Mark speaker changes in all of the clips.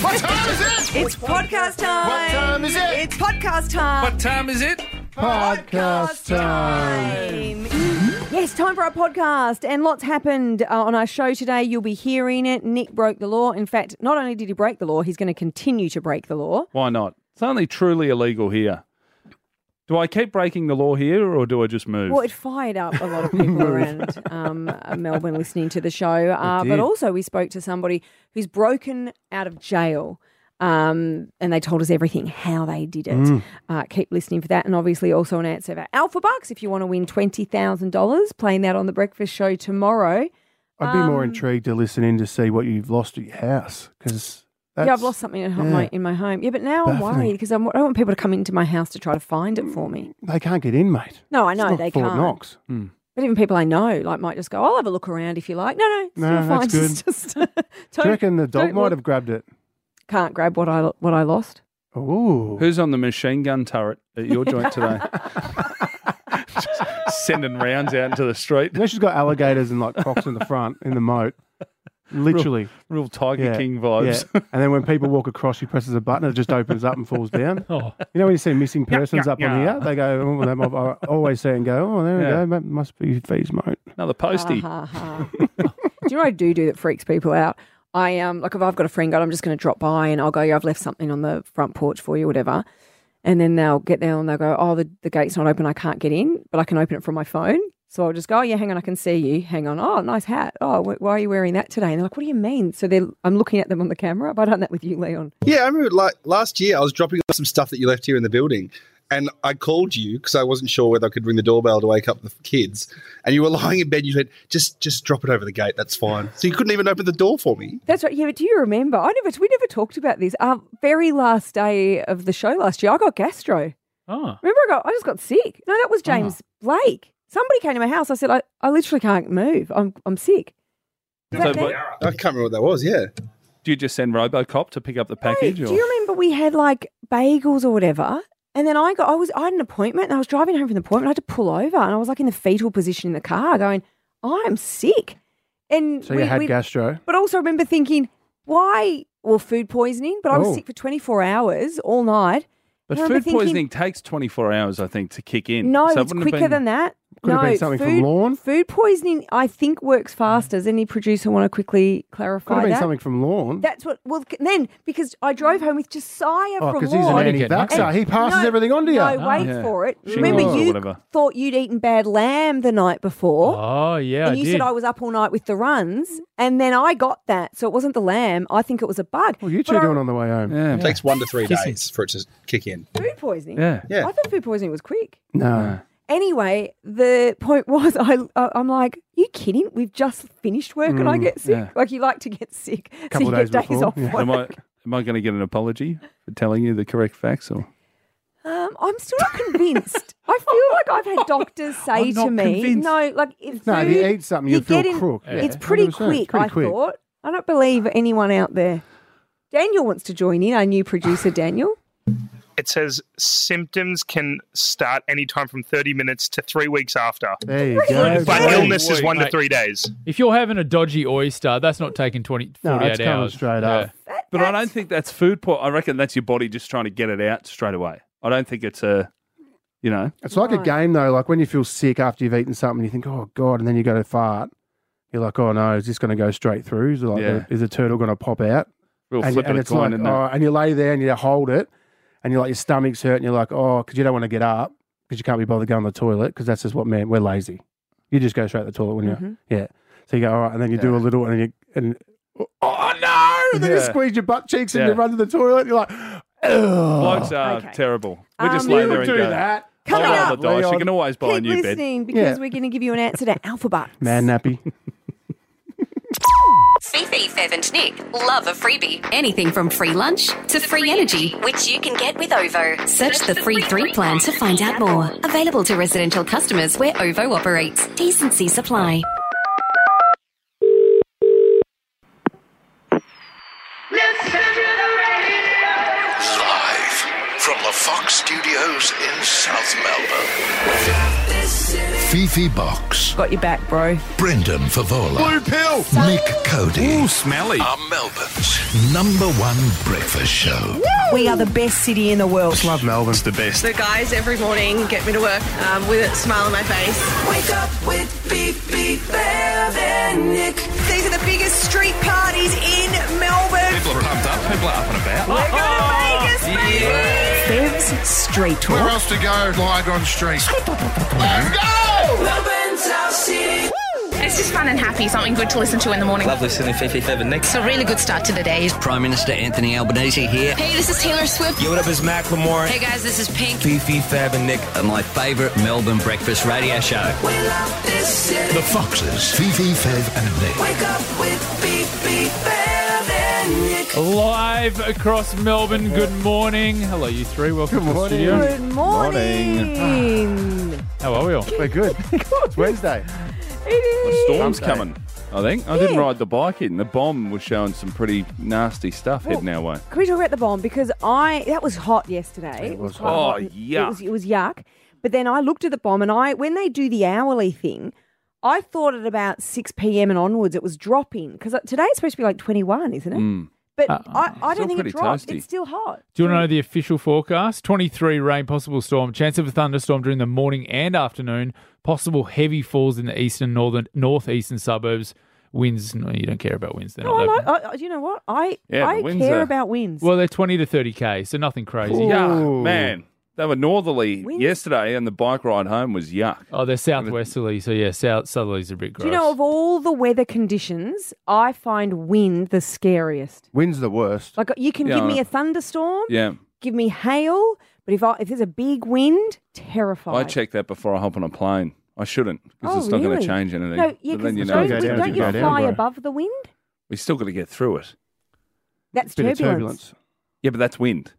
Speaker 1: What time is it?
Speaker 2: It's podcast time.
Speaker 1: What time is it?
Speaker 2: It's podcast time.
Speaker 3: What time is it?
Speaker 2: podcast time. Yes, time for our podcast. And lots happened uh, on our show today. You'll be hearing it. Nick broke the law. In fact, not only did he break the law, he's going to continue to break the law.
Speaker 3: Why not? It's only truly illegal here. Do I keep breaking the law here or do I just move?
Speaker 2: Well, it fired up a lot of people around um, uh, Melbourne listening to the show. Uh, but also, we spoke to somebody who's broken out of jail. Um, and they told us everything, how they did it.
Speaker 4: Mm.
Speaker 2: Uh, keep listening for that. And obviously, also an answer for Alpha Bucks if you want to win $20,000 playing that on The Breakfast Show tomorrow.
Speaker 4: I'd be
Speaker 2: Um,
Speaker 4: more intrigued to listen in to see what you've lost at your house because
Speaker 2: yeah, I've lost something at home, my, in my home. Yeah, but now I'm
Speaker 4: Baffling.
Speaker 2: worried because I'm, I don't want people to come into my house to try to find it for me.
Speaker 4: They can't get in, mate.
Speaker 2: No, I
Speaker 4: It's
Speaker 2: know
Speaker 4: not
Speaker 2: they
Speaker 4: Fort
Speaker 2: can't.
Speaker 4: Knox.
Speaker 2: But even people I know like might just go, I'll have a look around if you like. No, no, it's
Speaker 4: No,
Speaker 2: you're fine.
Speaker 4: that's good.
Speaker 2: Just, just
Speaker 4: Do you reckon the dog
Speaker 2: don't
Speaker 4: might
Speaker 2: look.
Speaker 4: have grabbed it?
Speaker 2: can't grab what I what I lost.
Speaker 4: Ooh.
Speaker 3: Who's on the machine gun turret at your joint today? Just sending rounds out into the street.
Speaker 4: You know, she's got alligators and like crocs in the front in the moat. Literally.
Speaker 3: Real Tiger
Speaker 4: Yeah,
Speaker 3: King vibes.
Speaker 4: yeah. And then when people walk across, she presses a button, it just opens up and falls down.
Speaker 3: Oh.
Speaker 4: You know, when you see missing persons
Speaker 3: yeah,
Speaker 4: up on
Speaker 3: yeah.
Speaker 4: here, they go, oh, they might, I always see it and go, oh, there
Speaker 3: Yeah.
Speaker 4: we go. That must be Fee's moat.
Speaker 3: Another postie.
Speaker 2: Ha, ha, ha. do you know what I do do that freaks people out? I um like if I've got a friend, God, I'm just going to drop by and I'll go. Yeah, I've left something on the front porch for you, whatever. And then they'll get there and they'll go, oh, the, the gate's not open. I can't get in, but I can open it from my phone. So I'll just go, oh, yeah, hang on, I can see you. Hang on. Oh, nice hat. Oh, wh- why are you wearing that today? And they're like, what do you mean? So they're, I'm looking at them on the camera. Have I done that with you, Leon?
Speaker 5: Yeah, I remember like last year I was dropping off some stuff that you left here in the building. And I called you because I wasn't sure whether I could ring the doorbell to wake up the kids. And you were lying in bed. You said, "Just, just drop it over the gate. That's fine." So you couldn't even open the door for me.
Speaker 2: That's right. Yeah, but do you remember? I never, we never talked about this. Our very last day of the show last year, I got gastro.
Speaker 3: Oh.
Speaker 2: Remember, I got, I just got sick. No,
Speaker 4: Ah.
Speaker 2: that was James Blake. Somebody came to my house. I said, I, I literally can't move. I'm, I'm sick. Was
Speaker 3: So,
Speaker 6: Oh.
Speaker 2: that
Speaker 3: but
Speaker 2: then?
Speaker 5: I can't remember what that was. Yeah,
Speaker 3: do you just send Robocop to pick up the
Speaker 2: Hey,
Speaker 3: package?
Speaker 2: do
Speaker 3: or?
Speaker 2: you remember we had like bagels or whatever? And then I got, I was, I had an appointment and I was driving home from the appointment. I had to pull over and I was like in the fetal position in the car going, I'm sick. And
Speaker 4: So you
Speaker 2: we-
Speaker 4: had
Speaker 2: we-
Speaker 4: gastro.
Speaker 2: But also remember thinking, why? Well, food poisoning, but I was
Speaker 4: Oh.
Speaker 2: sick for 24 hours all night.
Speaker 3: But
Speaker 2: I remember
Speaker 3: food
Speaker 2: thinking-
Speaker 3: poisoning takes 24 hours, I think, to kick in.
Speaker 2: No,
Speaker 3: So it
Speaker 2: it's
Speaker 3: wouldn't have
Speaker 2: quicker
Speaker 3: been-
Speaker 2: than that.
Speaker 4: Could
Speaker 2: no,
Speaker 4: have been something
Speaker 2: food,
Speaker 4: from lawn.
Speaker 2: Food poisoning, I think, works faster. Does any producer want to quickly clarify
Speaker 4: Could have been
Speaker 2: that?
Speaker 4: something from lawn.
Speaker 2: That's what. Well, c- then because I drove home with Josiah
Speaker 4: Oh,
Speaker 2: from
Speaker 4: because he's an
Speaker 2: Lawn.
Speaker 3: Why'd he get
Speaker 4: anti-vaxxer.
Speaker 2: And-
Speaker 4: He passes
Speaker 2: no,
Speaker 4: everything on to you.
Speaker 2: No, wait
Speaker 3: yeah.
Speaker 2: for it.
Speaker 3: Shingles
Speaker 2: Remember,
Speaker 3: or
Speaker 2: you
Speaker 3: whatever.
Speaker 2: thought you'd eaten bad lamb the night before.
Speaker 6: Oh yeah,
Speaker 2: and
Speaker 6: I
Speaker 2: you
Speaker 6: did.
Speaker 2: said I was up all night with the runs, and then I got that. So it wasn't the lamb. I think it was a bug.
Speaker 4: Well, you two
Speaker 2: But I-
Speaker 4: doing on the way home?
Speaker 3: Yeah.
Speaker 5: it takes one to three
Speaker 6: Kissing.
Speaker 5: days for it to kick in.
Speaker 2: food poisoning.
Speaker 3: Yeah.
Speaker 5: Yeah.
Speaker 2: I thought food poisoning was quick.
Speaker 4: No.
Speaker 2: Anyway, the point was, I I- I'm like, you kidding? We've just finished work and I get sick.
Speaker 3: yeah.
Speaker 2: Like you like to get sick,
Speaker 4: Mm, Couple
Speaker 2: so you
Speaker 4: days
Speaker 2: get days
Speaker 4: before,
Speaker 2: off.
Speaker 4: yeah.
Speaker 2: work.
Speaker 3: Am I, am I going to get an apology for telling you the correct facts? Or
Speaker 2: Um, I'm still not convinced. I feel like I've had doctors say
Speaker 3: I'm
Speaker 2: to
Speaker 3: not
Speaker 2: me,
Speaker 3: convinced.
Speaker 2: no, like if
Speaker 4: No, if
Speaker 2: food,
Speaker 4: you eat something,
Speaker 2: you
Speaker 4: you feel
Speaker 2: get in-
Speaker 4: crook.
Speaker 2: It's
Speaker 4: Yeah.
Speaker 2: pretty
Speaker 4: 100%. It's
Speaker 2: quick.
Speaker 4: pretty
Speaker 2: I thought. I don't believe anyone out there. Daniel wants to join in. Our new producer, Daniel.
Speaker 7: it says symptoms can start anytime from 30 minutes to three weeks after.
Speaker 4: There you go.
Speaker 7: But
Speaker 4: Great.
Speaker 7: illness is one to
Speaker 6: Mate.
Speaker 7: three days.
Speaker 6: if you're having a dodgy oyster, that's not taking 20,
Speaker 4: No,
Speaker 6: 48
Speaker 4: it's coming
Speaker 6: hours.
Speaker 4: straight up.
Speaker 2: That-
Speaker 3: But I don't
Speaker 2: that's-
Speaker 3: think that's food po I reckon that's your body just trying to get it out straight away. I don't think it's a, you know,
Speaker 4: It's like a
Speaker 2: Right.
Speaker 4: game though. Like when you feel sick after you've eaten something, you think, "Oh God!" and then you go to fart. You're like, "Oh no, is this going to go straight through? Is, it like
Speaker 3: Yeah.
Speaker 4: is a turtle going to pop out?"
Speaker 3: real
Speaker 4: and,
Speaker 3: flip
Speaker 4: and
Speaker 3: of a
Speaker 4: it's
Speaker 3: coin.
Speaker 4: like,
Speaker 3: isn't it?
Speaker 4: oh, and you lay there and you hold it, and you're like, your stomach's hurt, and you're like, "Oh," because you don't want to get up because you can't be bothered going to the toilet because that's just what man we're lazy. You just go straight to the toilet, wouldn't you?
Speaker 2: Mm-hmm.
Speaker 4: Yeah. So you go, all right, and then you do a little, and you and oh no, and then you
Speaker 3: Yeah.
Speaker 4: squeeze your butt cheeks and you
Speaker 3: Yeah.
Speaker 4: run to the toilet. And you're like,
Speaker 3: Blokes
Speaker 4: "Ugh."
Speaker 3: are
Speaker 2: Okay.
Speaker 3: terrible. We just
Speaker 2: Um,
Speaker 3: lay
Speaker 4: You
Speaker 3: there and
Speaker 4: do
Speaker 3: go.
Speaker 4: that.
Speaker 3: "I'll
Speaker 2: Coming
Speaker 3: roll
Speaker 2: up,
Speaker 3: the dice. You
Speaker 4: Leon.
Speaker 3: can always buy a
Speaker 2: Keep
Speaker 3: new bed.
Speaker 2: listening because
Speaker 4: Yeah.
Speaker 2: we're going to give you an answer to Alpha Bucks.
Speaker 4: Man nappy.
Speaker 8: Fifi, Fev, and Nick love a freebie. Anything from free lunch to free energy, which you can get with OVO. Search the free three plan to find out more. Available to residential customers where OVO operates. Decency supply.
Speaker 9: Live from the Fox Studios in South Melbourne.
Speaker 1: Fifi Box,
Speaker 9: Got your back, bro.
Speaker 1: Brendan Favola,
Speaker 5: pill.
Speaker 1: Nick Cody
Speaker 5: smelly.
Speaker 1: are Melbourne's number one breakfast show.
Speaker 9: We are the best city in the world.
Speaker 4: Love Melbourne.
Speaker 5: the best.
Speaker 9: The guys every morning get me to work um, with a smile on my face. Wake up with Fifi, Bev, and Nick. These are the biggest street parties in Melbourne.
Speaker 5: People are pumped up. People are up and about. Oh,
Speaker 9: We're going to Vegas, baby.
Speaker 8: Bev's Street
Speaker 1: Where
Speaker 8: Talk.
Speaker 1: else to go? Lygon Street. Let's go!
Speaker 9: Melbourne's our city.
Speaker 10: It's just fun and happy, something good to listen to in the morning.
Speaker 11: Love listening to Fifi Fev and Nick.
Speaker 10: It's a really good start to the day.
Speaker 11: Prime Minister Anthony Albanese here.
Speaker 10: Hey, this is Taylor Swift.
Speaker 11: Yo, what up, is Macklemore.
Speaker 10: Hey guys, this is Pink.
Speaker 11: Fifi Fab and Nick. And my favourite Melbourne breakfast radio show.
Speaker 9: We love this city.
Speaker 1: The Foxes, Fifi Fev and Nick.
Speaker 9: Wake up with Fifi, Bev, and Nick.
Speaker 6: Live across Melbourne. Good morning. Hello, you three. Welcome to the studio.
Speaker 2: Good morning.
Speaker 6: How are we all?
Speaker 4: We're good. it's Wednesday.
Speaker 2: It is.
Speaker 3: Storm's
Speaker 4: Monday.
Speaker 3: coming. I think I didn't
Speaker 2: Yeah.
Speaker 3: ride the bike in. The bomb was showing some pretty nasty stuff heading our way.
Speaker 2: Can we talk about the bomb? Because I that was hot yesterday. It
Speaker 4: was
Speaker 2: quite
Speaker 3: hot. Oh,
Speaker 2: It was, it was yuck. But then I looked at the bomb, and I when they do the hourly thing, I thought at about six p.m. and onwards it was dropping because today it's supposed to be like twenty-one, isn't it? But I, I
Speaker 3: Still
Speaker 2: don't think
Speaker 3: pretty
Speaker 2: it dropped.
Speaker 3: toasty.
Speaker 2: It's still hot.
Speaker 6: Do you want to know the official forecast? 23 rain, possible storm, chance of a thunderstorm during the morning and afternoon, possible heavy falls in the eastern, northern, northeastern suburbs. Winds, no, you don't care about winds. They're
Speaker 2: No, Oh, I
Speaker 6: not that
Speaker 2: like. I, I- you know what? I
Speaker 3: Yeah,
Speaker 2: I
Speaker 3: the winds
Speaker 2: care
Speaker 3: are-
Speaker 2: about winds.
Speaker 6: Well, they're 20 to 30k, so nothing crazy.
Speaker 3: Yuck, man. They were northerly
Speaker 2: Winds.
Speaker 3: yesterday, and the bike ride home was yuck.
Speaker 6: Oh, they're southwesterly, so yeah, south southerly's a bit gross.
Speaker 2: do you know of all the weather conditions, I find wind the scariest.
Speaker 4: Wind's the worst.
Speaker 2: Like you can
Speaker 3: Yeah,
Speaker 2: give
Speaker 3: I
Speaker 2: me
Speaker 3: know.
Speaker 2: a thunderstorm,
Speaker 3: Yeah,
Speaker 2: give me hail, but if I if there's a big wind, terrified.
Speaker 3: I check that before I hop on a plane. I shouldn't because
Speaker 2: Oh,
Speaker 3: it's not going
Speaker 2: really?
Speaker 3: to change anything.
Speaker 2: No, yeah,
Speaker 3: But then
Speaker 2: 'cause
Speaker 3: you
Speaker 4: it's
Speaker 3: know,
Speaker 4: gotta
Speaker 2: don't, you-
Speaker 4: go down,
Speaker 2: don't
Speaker 4: you
Speaker 2: you
Speaker 4: go down,
Speaker 2: fly
Speaker 4: bro.
Speaker 2: above the wind?
Speaker 3: we still got to get through it.
Speaker 2: That's
Speaker 4: Bit
Speaker 2: turbulence.
Speaker 4: of turbulence.
Speaker 3: Yeah, but that's wind.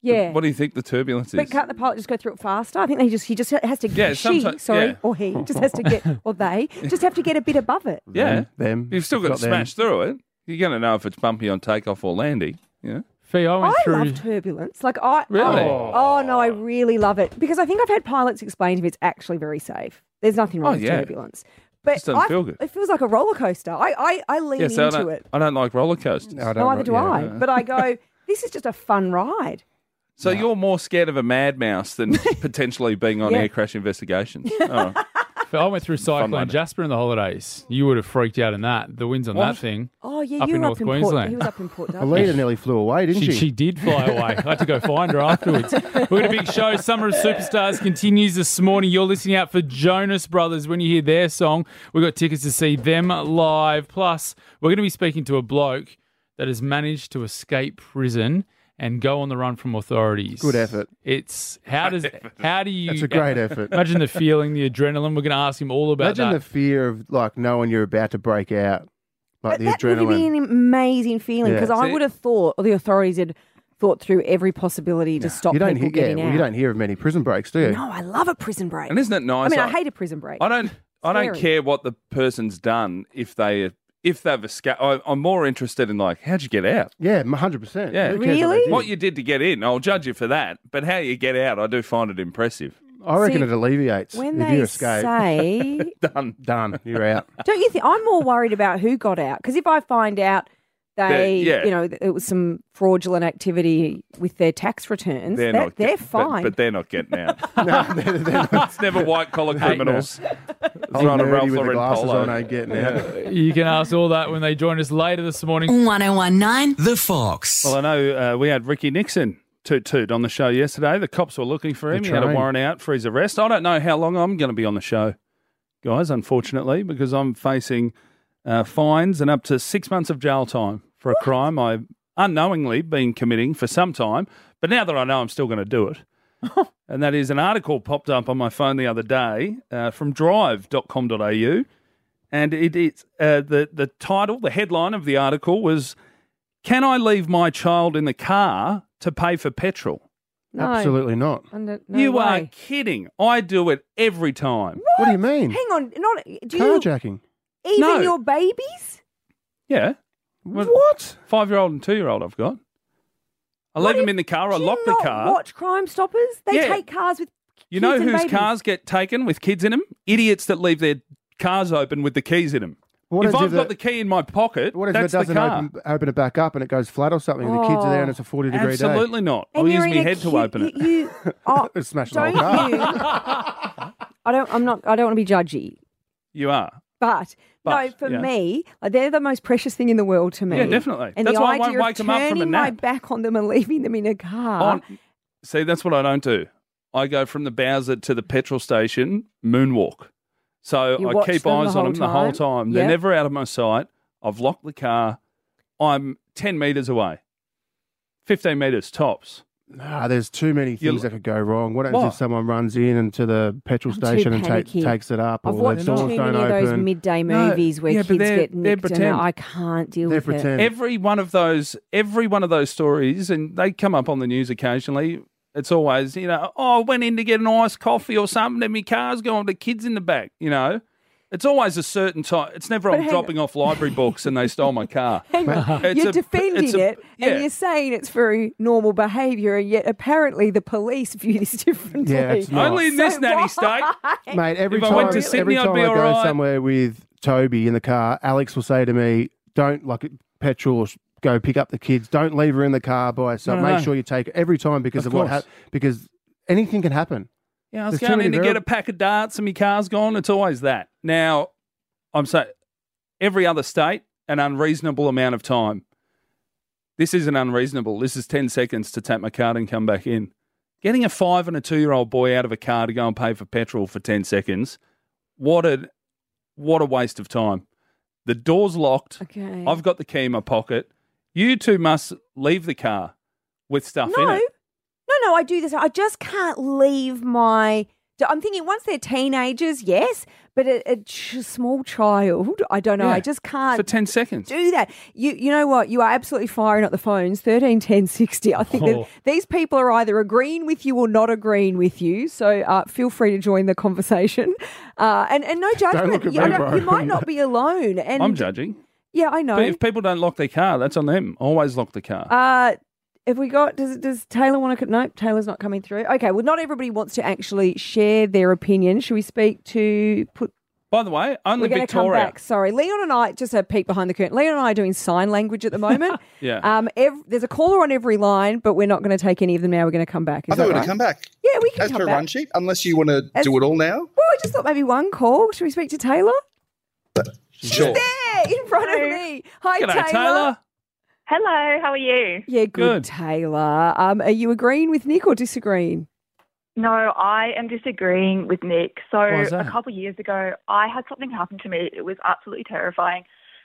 Speaker 2: Yeah.
Speaker 3: What do you think the turbulence is?
Speaker 2: but can't the pilot just go through it faster? I think they just he just has to
Speaker 3: Yeah,
Speaker 2: get she
Speaker 3: someti-
Speaker 2: sorry
Speaker 3: yeah.
Speaker 2: or he just has to get or they just have to get a bit above it.
Speaker 3: yeah,
Speaker 4: Them.
Speaker 3: you've still got to
Speaker 4: them.
Speaker 3: smash through it. You're going to know if it's bumpy on takeoff or landing. Yeah.
Speaker 6: Fee, I
Speaker 2: I
Speaker 6: went through.
Speaker 2: love turbulence. Like I
Speaker 3: Really?
Speaker 2: oh, oh, no, I really love it because I think I've had pilots explain to me it's actually very safe. There's nothing wrong
Speaker 3: Oh,
Speaker 2: with
Speaker 3: yeah.
Speaker 2: turbulence. But
Speaker 3: Just doesn't
Speaker 2: I-
Speaker 3: feel good.
Speaker 2: it feels like a roller coaster. I I, I lean
Speaker 3: Yeah, so I,
Speaker 2: into
Speaker 3: don't,
Speaker 2: it.
Speaker 3: I don't like roller coasters.
Speaker 4: No, I don't
Speaker 2: Neither
Speaker 4: ri-
Speaker 2: do
Speaker 4: yeah.
Speaker 2: I.
Speaker 3: Uh.
Speaker 2: But I go, this is just a fun ride.
Speaker 3: So you're more scared of a mad mouse than potentially being on
Speaker 2: Yeah.
Speaker 3: air crash investigations. Oh, All right.
Speaker 6: Fee, I went through Cyclone
Speaker 3: one.
Speaker 6: Jasper in the holidays. You would have freaked out in that. The winds on that thing.
Speaker 2: Oh yeah,
Speaker 6: Up
Speaker 2: you
Speaker 6: in
Speaker 2: were
Speaker 6: North
Speaker 2: up in Port.
Speaker 6: Queensland.
Speaker 2: He was up in Port. Douglas.
Speaker 4: Alita nearly flew away, didn't
Speaker 6: She,
Speaker 4: she?
Speaker 6: she did fly away. I had to go find her afterwards. We've got a big show. Summer of Superstars continues this morning. You're listening out for Jonas Brothers. When you hear their song, we've got tickets to see them live. Plus, we're going to be speaking to a bloke that has managed to escape prison and go on the run from authorities.
Speaker 4: Good effort.
Speaker 6: It's how does how do you?
Speaker 4: That's a great effort.
Speaker 6: Imagine the feeling, the adrenaline. We're going to ask him all about
Speaker 4: Imagine
Speaker 6: that.
Speaker 4: the fear of like knowing you're about to break out, like
Speaker 2: But
Speaker 4: the
Speaker 2: that would be
Speaker 4: adrenaline.
Speaker 2: an amazing feeling
Speaker 4: Yeah.
Speaker 2: because I
Speaker 3: See-
Speaker 2: would have thought, or the authorities had thought through every possibility to stop
Speaker 4: you don't
Speaker 2: people
Speaker 4: hear, yeah,
Speaker 2: getting
Speaker 4: well,
Speaker 2: out.
Speaker 4: you don't hear of many prison breaks, do you?
Speaker 2: No, I love a prison break.
Speaker 3: And isn't it nice?
Speaker 2: I mean, I hate a prison break.
Speaker 3: I don't. I don't
Speaker 2: Scary.
Speaker 3: care what the person's done if they if they've escaped. I, I'm more interested in like how'd you get out?
Speaker 4: Yeah, hundred percent.
Speaker 3: Yeah.
Speaker 2: Really?
Speaker 3: What you did to get in, I'll judge you for that. But how you get out, I do find it impressive.
Speaker 4: I reckon
Speaker 2: See,
Speaker 4: it alleviates
Speaker 2: when
Speaker 4: if you
Speaker 2: they
Speaker 4: escape.
Speaker 2: say,
Speaker 3: Done.
Speaker 4: Done. You're out.
Speaker 2: don't you think I'm more worried about who got out? Because if I find out they,
Speaker 3: They're- yeah.
Speaker 2: you know, th- it was some fraudulent activity with their tax returns,
Speaker 3: They're
Speaker 2: that-
Speaker 3: not.
Speaker 2: they're
Speaker 3: get- but-
Speaker 2: fine.
Speaker 3: but, they're not getting out.
Speaker 4: no, they're, they're not
Speaker 3: it's never white collar criminals throwing a
Speaker 4: nerdy
Speaker 3: Ralph
Speaker 4: with the
Speaker 3: Lauren
Speaker 4: glasses
Speaker 3: polo.
Speaker 4: on. Ain't getting out.
Speaker 6: you can ask all that when they join us later this morning.
Speaker 8: 1019.
Speaker 11: The Fox.
Speaker 3: Well, I know uh, we had Ricky Nixon toot toot on the show yesterday. The cops were looking for him.
Speaker 4: The
Speaker 3: He had a
Speaker 4: train.
Speaker 3: warrant out for his arrest. I don't know how long I'm going to be on the show, guys, unfortunately, because I'm facing uh, fines and up to six months of jail time for a crime I've unknowingly been committing for some time. But now that I know I'm still going to do it, and that is an article popped up on my phone the other day uh, from drive.com.au. And it is uh, the, the title, the headline of the article was can I leave my child in the car to pay for petrol?
Speaker 2: no,
Speaker 4: Absolutely not.
Speaker 2: Under, no
Speaker 3: you are
Speaker 2: way.
Speaker 3: kidding. I do it every time.
Speaker 4: What do you mean?
Speaker 2: Hang on, not do you
Speaker 4: Carjacking.
Speaker 2: even
Speaker 3: No.
Speaker 2: your babies?
Speaker 3: Yeah.
Speaker 4: What?
Speaker 3: Five year old and two year old I've got. I
Speaker 2: What
Speaker 3: leave them
Speaker 2: if-
Speaker 3: in the car, I
Speaker 2: do you
Speaker 3: lock the
Speaker 2: not
Speaker 3: car.
Speaker 2: Watch Crime Stoppers. They
Speaker 3: Yeah.
Speaker 2: take cars with
Speaker 3: You know
Speaker 2: Kids and
Speaker 3: whose
Speaker 2: babies.
Speaker 3: cars get taken with kids in them? Idiots that leave their cars open with the keys in them.
Speaker 4: What
Speaker 3: if
Speaker 4: if
Speaker 3: I've
Speaker 4: the-
Speaker 3: got the key in my pocket,
Speaker 4: What if
Speaker 3: that's
Speaker 4: it doesn't
Speaker 3: the car.
Speaker 4: open, open it back up and it goes flat or something? and the kids are there and it's a
Speaker 2: Oh,
Speaker 4: 40 degree day.
Speaker 3: Absolutely not. I'll use my head to open it.
Speaker 2: You, oh,
Speaker 4: It's smashed the
Speaker 2: don't
Speaker 4: whole car.
Speaker 2: you? I don't. I'm not. I don't want to be judgy,
Speaker 3: You are.
Speaker 2: but, no,
Speaker 3: But,
Speaker 2: for
Speaker 3: yeah.
Speaker 2: me, like, they're the most precious thing in the world to me.
Speaker 3: Yeah, definitely.
Speaker 2: And
Speaker 3: That's
Speaker 2: the
Speaker 3: why I
Speaker 2: idea
Speaker 3: won't
Speaker 2: of
Speaker 3: wake them up from a
Speaker 2: turning my
Speaker 3: nap.
Speaker 2: back on them and leaving them in a car.
Speaker 3: On- See, that's what I don't do. I go from the Bowser to the petrol station, moonwalk. So
Speaker 2: You
Speaker 3: I
Speaker 2: watch
Speaker 3: keep
Speaker 2: them the
Speaker 3: eyes on
Speaker 2: whole
Speaker 3: them the whole
Speaker 2: time?
Speaker 3: time. They're
Speaker 2: Yep.
Speaker 3: never out of my sight. I've locked the car. I'm 10 metres away, 15 metres tops.
Speaker 4: Nah, there's too many things that could go wrong. What happens
Speaker 3: What?
Speaker 4: if someone runs in and to the petrol
Speaker 2: I'm too
Speaker 4: station and take,
Speaker 2: panicky.
Speaker 4: takes it up,
Speaker 2: I've
Speaker 4: or
Speaker 2: watched
Speaker 4: the
Speaker 2: too
Speaker 4: doors
Speaker 2: many
Speaker 4: don't
Speaker 2: of those
Speaker 4: open?
Speaker 2: midday
Speaker 3: No,
Speaker 2: movies where
Speaker 3: yeah, but
Speaker 2: kids
Speaker 3: they're-
Speaker 2: get
Speaker 3: they're
Speaker 2: nicked, and
Speaker 3: pretend.
Speaker 2: I can't deal
Speaker 4: They're
Speaker 2: with it.
Speaker 4: pretend.
Speaker 3: Every one of those, every one of those stories, and they come up on the news occasionally. It's always, you know, oh, I went in to get an iced coffee or something, and my car's going, the kids in the back, you know. It's always a certain time. It's never I'm
Speaker 2: hang
Speaker 3: dropping off library books and they stole my car.
Speaker 2: Hang on.
Speaker 3: It's
Speaker 2: you're
Speaker 3: a-
Speaker 2: defending
Speaker 3: it's a-
Speaker 2: it
Speaker 3: yeah.
Speaker 2: and you're saying it's very normal behaviour, and yet apparently the police view this differently.
Speaker 4: Yeah, it's not.
Speaker 3: Only in this nanny state.
Speaker 4: Mate, every
Speaker 3: if
Speaker 4: time,
Speaker 3: I went to Sydney,
Speaker 4: every time
Speaker 3: I'd be
Speaker 4: I
Speaker 3: all
Speaker 4: go
Speaker 3: right.
Speaker 4: somewhere with Toby in the car, Alex will say to me, "Don't like petrol." sh- Go pick up the kids. Don't leave her in the car by herself.
Speaker 3: No, no,
Speaker 4: Make
Speaker 3: no.
Speaker 4: sure you take her every time because
Speaker 3: Of
Speaker 4: of, what
Speaker 3: course.
Speaker 4: happened. Because anything can happen.
Speaker 3: Yeah, I was
Speaker 4: There's too
Speaker 3: going
Speaker 4: many
Speaker 3: in to get
Speaker 4: variab-
Speaker 3: a pack of darts and my car's gone. It's always that. Now, I'm saying every other state, an unreasonable amount of time. This isn't unreasonable. This is 10 seconds to tap my card and come back in. Getting a five and a two year old boy out of a car to go and pay for petrol for 10 seconds, what a, what a waste of time. The door's locked.
Speaker 2: Okay.
Speaker 3: I've got the key in my pocket. You two must leave the car with stuff
Speaker 2: no,
Speaker 3: in it.
Speaker 2: no, no. I do this. I just can't leave my. I'm thinking once they're teenagers, yes, but a, a ch- small child, I don't know.
Speaker 3: Yeah.
Speaker 2: I just can't
Speaker 3: For 10 seconds.
Speaker 2: do that. You you know what? You are absolutely firing at the phones. Thirteen, ten, sixty. I think
Speaker 6: Oh.
Speaker 2: that these people are either agreeing with you or not agreeing with you. So uh, feel free to join the conversation. Uh, and and no judgment.
Speaker 4: look at
Speaker 2: you,
Speaker 4: me,
Speaker 2: I don't- you
Speaker 4: bro.
Speaker 2: might not be alone. And
Speaker 3: I'm judging.
Speaker 2: yeah, I
Speaker 3: But
Speaker 2: know.
Speaker 3: if people don't lock their car, that's on them. Always lock the car.
Speaker 2: Uh, have we got? Does does Taylor want to? Nope, Taylor's not coming through. Okay, well, not everybody wants to actually share their opinion. Should we speak to put
Speaker 3: By the way, only
Speaker 2: we're going to come
Speaker 3: Victoria.
Speaker 2: back. Sorry, Leon and I just a peek behind the curtain. Leon and I are doing sign language at the moment.
Speaker 3: Yeah.
Speaker 2: Um. ev- there's a caller on every line, but we're not going to take any of them now. We're going to come back. Is
Speaker 5: I thought we
Speaker 2: that
Speaker 5: were going
Speaker 2: right?
Speaker 5: to come back.
Speaker 2: Yeah, we can
Speaker 5: As
Speaker 2: come
Speaker 5: per
Speaker 2: back.
Speaker 5: run sheet, unless you want to
Speaker 2: As-
Speaker 5: do it all now.
Speaker 2: Well, I just thought maybe one call. Should we speak to Taylor?
Speaker 5: Sure.
Speaker 2: There, in front of me. Hi,
Speaker 3: G'day, Taylor.
Speaker 12: Hello, how are you?
Speaker 2: Yeah, good,
Speaker 3: Good.
Speaker 2: Taylor. Um, are you agreeing with Nick or disagreeing?
Speaker 12: No, I am disagreeing with Nick. So,
Speaker 3: Why is
Speaker 12: a
Speaker 3: that?
Speaker 12: couple of years ago, I had something happen to me. It was absolutely terrifying.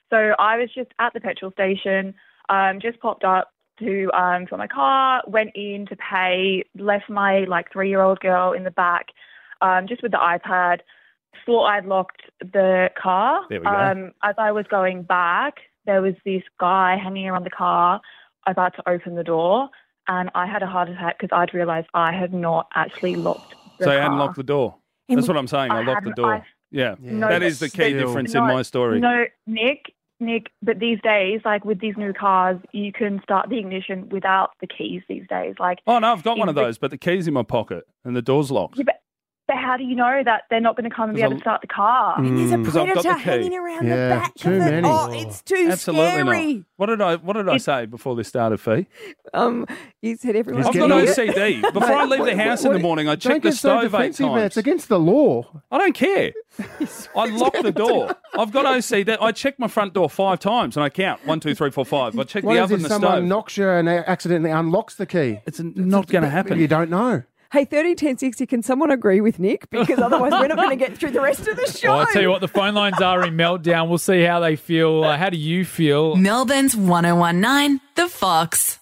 Speaker 12: So, I was just at the petrol station, um, just popped up to um, for my car, went in to pay, left my like three year old girl in the back, um, just with the iPad. Thought I'd locked the car.
Speaker 3: There we go.
Speaker 12: Um, as I was going back, there was this guy hanging around the car, about to open the door and I had a heart attack because I'd realised I had not actually locked. The
Speaker 3: So you
Speaker 12: car.
Speaker 3: hadn't locked the door.
Speaker 2: And
Speaker 3: That's
Speaker 2: we-
Speaker 3: what I'm saying. I,
Speaker 12: I
Speaker 3: locked the
Speaker 12: hadn't-
Speaker 3: door.
Speaker 12: I-
Speaker 3: yeah.
Speaker 12: No,
Speaker 3: that
Speaker 12: but-
Speaker 3: is the key
Speaker 12: but
Speaker 3: difference in
Speaker 12: not-
Speaker 3: my story.
Speaker 12: No, Nick, Nick. But these days, like with these new cars, you can start the ignition without the keys. These days, like,
Speaker 3: Oh, no, I've got one
Speaker 12: in
Speaker 3: of
Speaker 12: the-
Speaker 3: those, but the key's in my pocket and the door's locked.
Speaker 12: yeah, but, but how do you know that they're not going to come and be
Speaker 3: 'Cause
Speaker 12: able
Speaker 3: I-
Speaker 12: to start the car?
Speaker 3: Mm.
Speaker 2: There's a
Speaker 3: 'Cause I've got
Speaker 2: predator
Speaker 3: the key.
Speaker 2: hanging around
Speaker 4: Yeah,
Speaker 2: the back
Speaker 4: too
Speaker 2: of it.
Speaker 4: many.
Speaker 2: Oh, it's too
Speaker 3: Absolutely
Speaker 2: scary.
Speaker 3: not. What did I What did I say before this started, Fee?
Speaker 2: Um, you said everyone.
Speaker 4: He's
Speaker 3: I've
Speaker 4: getting
Speaker 3: got
Speaker 4: on it.
Speaker 3: OCD. Before I leave the
Speaker 4: What-
Speaker 3: house
Speaker 4: what-
Speaker 3: in the morning, I
Speaker 4: Don't
Speaker 3: check the
Speaker 4: get so
Speaker 3: stove eight
Speaker 4: defensive, man. It's
Speaker 3: times.
Speaker 4: against the law.
Speaker 3: I don't care. I lock the door. I've got OCD. I check my front door five times and I count one, two, three, four, five. I check
Speaker 4: What
Speaker 3: the
Speaker 4: if
Speaker 3: oven, the
Speaker 4: someone
Speaker 3: stove.
Speaker 4: knocks you and accidentally unlocks the key?
Speaker 3: it's not going to happen.
Speaker 4: You don't know.
Speaker 2: Hey, thirty ten sixty. Can someone agree with Nick? Because otherwise, we're not going to get through the rest of the show.
Speaker 6: Well, I tell you what, the phone lines are in meltdown. We'll see how they feel. Uh, how do you feel?
Speaker 10: Melbourne's 1019, The Fox.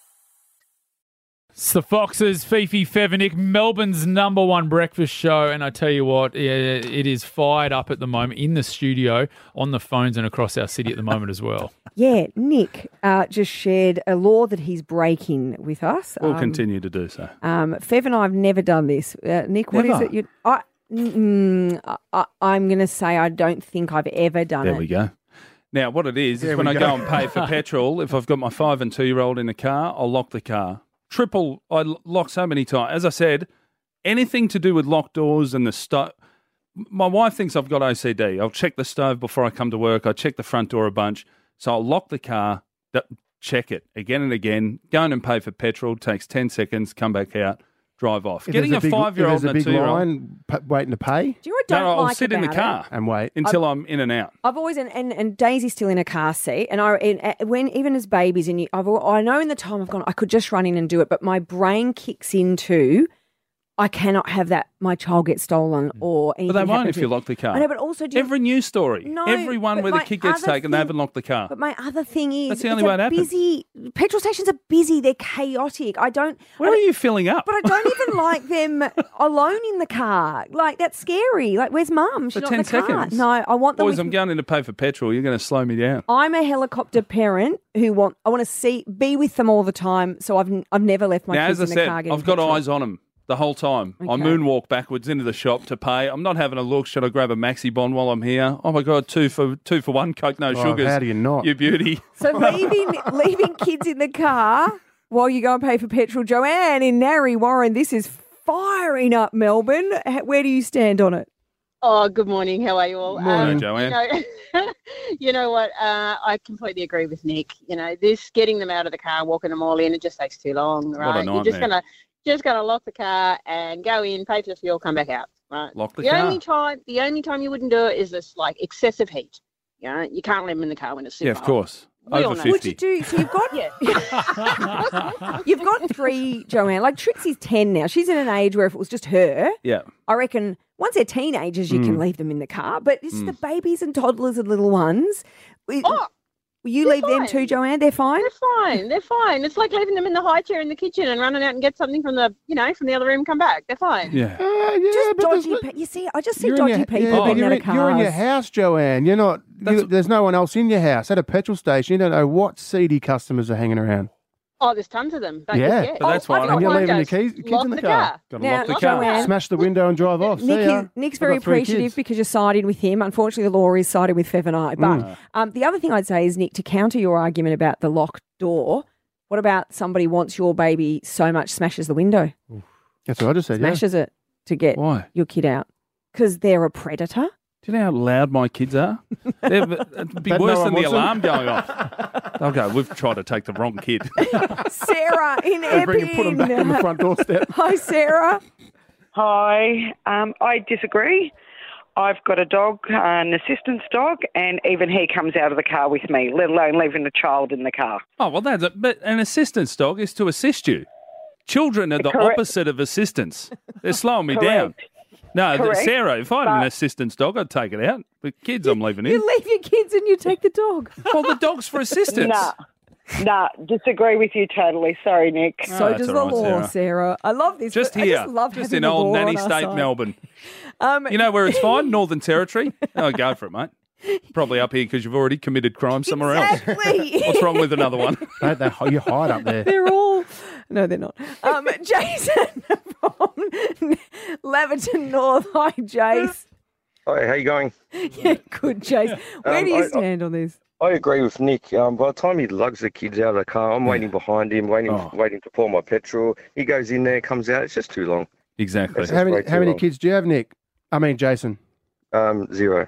Speaker 6: It's the Foxes, Fifi Fevenick, Melbourne's number one breakfast show. And I tell you what, i- it is fired up at the moment in the studio, on the phones, and across our city at the moment as well.
Speaker 2: Yeah, Nick uh, just shared a law that he's breaking with us.
Speaker 3: We'll
Speaker 2: um,
Speaker 3: continue to do so.
Speaker 2: Um, Fev and I have never done this. Uh, Nick, what is
Speaker 3: Never.
Speaker 2: it? You, I, mm, I- I, I'm going to say I don't think I've ever done
Speaker 3: There
Speaker 2: it.
Speaker 3: we go. Now, what it is, is
Speaker 4: There
Speaker 3: when
Speaker 4: we
Speaker 3: I
Speaker 4: go.
Speaker 3: go and pay for petrol, if I've got my five and two year old in the car, I'll lock the car. Triple, I l- lock so many times. As I said, anything to do with locked doors and the stove. My wife thinks I've got OCD. I'll check the stove before I come to work. I check the front door a bunch. So I'll lock the car, d- check it again and again. Go in and pay for petrol. Takes 10 seconds. Come back out. Drive off.
Speaker 4: If
Speaker 3: Getting
Speaker 4: there's
Speaker 3: a,
Speaker 4: big- if
Speaker 3: five year old
Speaker 4: there's a
Speaker 3: and a
Speaker 4: big
Speaker 3: two year old.
Speaker 4: line p- waiting to pay.
Speaker 2: Do you know what I don't
Speaker 3: I'll
Speaker 2: like
Speaker 3: sit in the
Speaker 2: about
Speaker 3: car
Speaker 4: and wait
Speaker 3: until I'm in and out.
Speaker 2: I've always and, and, and Daisy's still in a car seat, and I and, uh, when even as babies, and you, I've al- I know in the time I've gone, I could just run in and do it, but my brain kicks into, I cannot have that my child gets stolen or anything.
Speaker 3: But they
Speaker 2: happen
Speaker 3: won't if
Speaker 2: to
Speaker 3: you
Speaker 2: it.
Speaker 3: lock the car.
Speaker 2: I know, but also do you-
Speaker 3: every news story,
Speaker 2: No,
Speaker 3: everyone
Speaker 2: but
Speaker 3: where the
Speaker 2: my
Speaker 3: kid gets
Speaker 2: other
Speaker 3: taken, they
Speaker 2: thing-
Speaker 3: haven't locked the car.
Speaker 2: But my other thing is,
Speaker 3: That's the only
Speaker 2: it's
Speaker 3: way it
Speaker 2: a
Speaker 3: happens.
Speaker 2: busy petrol stations are busy. They're chaotic. I don't.
Speaker 3: Where
Speaker 2: I
Speaker 3: are
Speaker 2: don't-
Speaker 3: you filling up?
Speaker 2: But I don't even like them alone in the car. Like that's scary. Like where's mum? She's
Speaker 3: For
Speaker 2: not
Speaker 3: 10
Speaker 2: in the
Speaker 3: seconds.
Speaker 2: car. No, I want them.
Speaker 3: Boys,
Speaker 2: with
Speaker 3: I'm going in to pay for petrol. You're going to slow me down.
Speaker 2: I'm a helicopter parent who want I want to see be with them all the time. So I've n- I've never left my
Speaker 3: now,
Speaker 2: kids
Speaker 3: as I
Speaker 2: in the
Speaker 3: said,
Speaker 2: car.
Speaker 3: I've
Speaker 2: getting
Speaker 3: got
Speaker 2: petrol.
Speaker 3: eyes on them the whole time. I
Speaker 2: Okay.
Speaker 3: moonwalk backwards into the shop to pay. I'm not having a look. Should I grab a maxi bond while I'm here? Oh my god, two for two for one, Coke no
Speaker 4: Oh,
Speaker 3: sugars.
Speaker 4: how do you not?
Speaker 3: You beauty.
Speaker 2: So leaving leaving kids in the car while you go and pay for petrol, Joanne in Narry Warren. This is firing up Melbourne. H- Where do you stand on it?
Speaker 13: Oh, good morning. How are you all? Um,
Speaker 3: Morning, Joanne.
Speaker 13: You know, you know what? Uh, I completely agree with Nick. You know, this getting them out of the car, walking them all in, it just takes too long,
Speaker 3: a
Speaker 13: right? You're just
Speaker 3: nightmare.
Speaker 13: gonna just gonna lock the car and go in, pay for the fuel, come back out, right?
Speaker 3: Lock the
Speaker 13: the
Speaker 3: car.
Speaker 13: only time the only time you wouldn't do it is this like excessive heat. You know, you can't let them in the car when it's super
Speaker 3: yeah, of
Speaker 13: hot.
Speaker 3: course.
Speaker 13: We all
Speaker 3: Over
Speaker 13: know.
Speaker 2: Would
Speaker 3: fifty.
Speaker 2: you do? So you've got you've got three, Joanne. Like Trixie's ten now. She's in an age where if it was just her,
Speaker 3: yeah.
Speaker 2: I reckon once they're teenagers, you
Speaker 3: Mm.
Speaker 2: can leave them in the car, but it's
Speaker 3: Mm.
Speaker 2: the babies and toddlers and little ones. We-
Speaker 4: Oh,
Speaker 2: you leave them too, Joanne. They're fine.
Speaker 13: They're fine. They're fine. It's like leaving them in the high chair in the kitchen and running out and get something from the you know from the other room and come back. They're fine.
Speaker 3: Yeah.
Speaker 4: Uh,
Speaker 2: just dodgy. Pe- you see, I just see
Speaker 4: in
Speaker 2: dodgy
Speaker 4: your-
Speaker 2: people
Speaker 4: yeah, but
Speaker 2: in
Speaker 4: you're,
Speaker 2: their
Speaker 4: in, you're in your
Speaker 2: cars.
Speaker 4: house, Joanne. You're not. You, there's no one else in your house. At a petrol station, you don't know what seedy customers are hanging around.
Speaker 13: Oh, there's tons of them. Don't you
Speaker 4: yeah,
Speaker 13: forget. Oh,
Speaker 4: And you're leaving the keys, kids
Speaker 13: Lock
Speaker 4: in the,
Speaker 13: the
Speaker 4: car.
Speaker 13: car. Gotta Now, lock the car.
Speaker 2: Joanne-
Speaker 4: Smash the window and drive off. See
Speaker 2: Nick
Speaker 4: ya.
Speaker 2: is, Nick's
Speaker 4: I've
Speaker 2: very
Speaker 4: got three
Speaker 2: appreciative
Speaker 4: kids.
Speaker 2: because you're siding with him. Unfortunately, the law is siding with Fev and I. But
Speaker 4: Mm.
Speaker 2: um, the other thing I'd say is, Nick, to counter your argument about the locked door, what about somebody wants your baby so much smashes the window,
Speaker 4: That's what I just said. Yeah.
Speaker 2: smashes it to get
Speaker 3: Why?
Speaker 2: your kid out? Because they're a predator.
Speaker 3: Do you know how loud my kids are? They're- It'd be
Speaker 4: But no
Speaker 3: worse
Speaker 4: one
Speaker 3: than
Speaker 4: wants
Speaker 3: the
Speaker 4: them.
Speaker 3: alarm going off. They'll go, we've tried to take the wrong kid.
Speaker 2: Sarah in
Speaker 4: They bring and put them back on the
Speaker 2: Epping.
Speaker 4: front doorstep.
Speaker 2: Hi, Sarah.
Speaker 14: Hi, um, I disagree. I've got a dog, an assistance dog, and even he comes out of the car with me, let alone leaving a child in the car.
Speaker 3: Oh well, that's a, but an assistance dog is to assist you. Children are the
Speaker 14: Correct.
Speaker 3: opposite of assistance. They're slowing me down.
Speaker 14: Correct.
Speaker 3: No, th-
Speaker 2: Correct,
Speaker 3: Sarah, if I had an
Speaker 2: but-
Speaker 3: assistance dog, I'd take it out. But kids, I'm leaving in.
Speaker 2: You leave your kids and you take the dog.
Speaker 3: Well, the dog's for assistance.
Speaker 14: Nah, nah, disagree with you totally. Sorry, Nick.
Speaker 2: So
Speaker 3: that's
Speaker 2: does the
Speaker 3: all right,
Speaker 2: law,
Speaker 3: Sarah.
Speaker 2: Sarah. I love this.
Speaker 3: Just
Speaker 2: I
Speaker 3: here,
Speaker 2: just love having
Speaker 3: in
Speaker 2: the law
Speaker 3: old
Speaker 2: on
Speaker 3: nanny
Speaker 2: our
Speaker 3: state
Speaker 2: side.
Speaker 3: Melbourne.
Speaker 2: Um,
Speaker 3: You know where it's fine? Northern Territory. Oh, go for it, mate. Probably up here because you've already committed crime somewhere
Speaker 2: Exactly.
Speaker 3: else. What's wrong with another one?
Speaker 4: Mate, they, you hide up there.
Speaker 2: They're all. No, they're not. Um, Jason from Laverton North. Hi, Jace.
Speaker 15: Hi, how you going?
Speaker 2: Yeah, good, Jace. Where
Speaker 15: Um,
Speaker 2: do you
Speaker 15: I- I-
Speaker 2: stand on this?
Speaker 15: I agree with Nick. Um, by the time he lugs the kids out of the car, I'm waiting behind him, waiting, waiting to pour my petrol. He goes in there, comes out. It's just too long.
Speaker 3: Exactly.
Speaker 4: How many, how many kids do you have, Nick? I mean, Jason.
Speaker 15: Um, zero.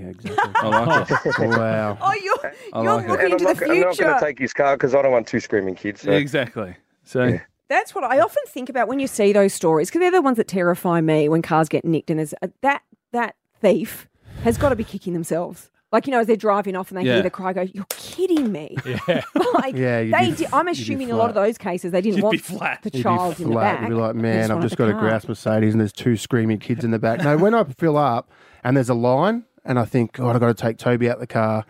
Speaker 4: exactly.
Speaker 3: I like it.
Speaker 4: wow.
Speaker 2: Oh, you're,
Speaker 15: I
Speaker 2: you're
Speaker 15: like it. And
Speaker 2: looking
Speaker 15: I'm
Speaker 2: into
Speaker 15: not,
Speaker 2: the
Speaker 15: I'm not going
Speaker 2: future.
Speaker 15: to take his car because I don't want two screaming kids. so-
Speaker 3: Exactly. So
Speaker 2: That's what I often think about when you see those stories because they're the ones that terrify me when cars get nicked and there's uh, that that thief has got to be kicking themselves. Like you know, as they're driving off and they
Speaker 3: Yeah.
Speaker 2: hear the cry, go, "You're kidding me!"
Speaker 3: Yeah.
Speaker 2: like
Speaker 4: Yeah, you'd
Speaker 2: they
Speaker 4: be
Speaker 2: did.
Speaker 4: f-
Speaker 2: I'm
Speaker 4: you'd be
Speaker 2: assuming a lot of those cases they didn't
Speaker 3: You'd be
Speaker 2: want
Speaker 3: flat.
Speaker 2: the
Speaker 4: You'd be
Speaker 2: child in the
Speaker 4: flat.
Speaker 2: back.
Speaker 4: You'd be like,
Speaker 2: They
Speaker 4: man, I've
Speaker 2: wanted
Speaker 4: just
Speaker 2: the
Speaker 4: got a
Speaker 2: car."
Speaker 4: grouse Mercedes and there's two screaming kids in the back. No, when I fill up and there's a line and I think, God, I've got to take Toby out the car.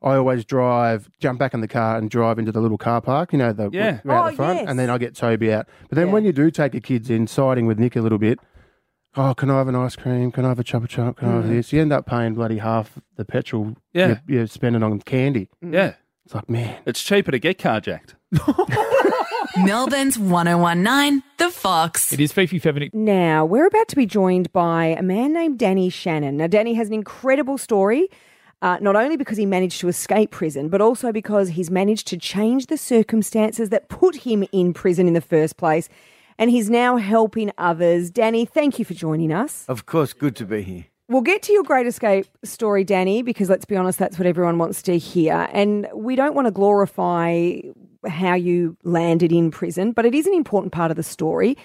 Speaker 4: I always drive, jump back in the car and drive into the little car park, you know, the,
Speaker 3: Yeah.
Speaker 4: we're out
Speaker 3: Oh,
Speaker 4: the front,
Speaker 3: yes.
Speaker 4: and then I get Toby out. But then when you do take your kids in, siding with Nick a little bit, oh, can I have an ice cream? Can I have a chopper chop? Can I have
Speaker 3: Mm.
Speaker 4: this? You end up paying bloody half the petrol
Speaker 3: Yeah.
Speaker 4: you're, you're spending on candy.
Speaker 3: yeah,
Speaker 4: it's like man,
Speaker 3: it's cheaper to get carjacked.
Speaker 10: Melbourne's 1019, The Fox.
Speaker 6: It is Fifi Fevenick.
Speaker 2: Now, we're about to be joined by a man named Danny Shannon. Now, Danny has an incredible story, uh, not only because he managed to escape prison, but also because he's managed to change the circumstances that put him in prison in the first place. and he's now helping others. Danny, thank you for joining us.
Speaker 16: Of course, good to be here.
Speaker 2: We'll get to your great escape story, Danny, because let's be honest, that's what everyone wants to hear. And we don't want to glorify how you landed in prison, but it is an important part of the story.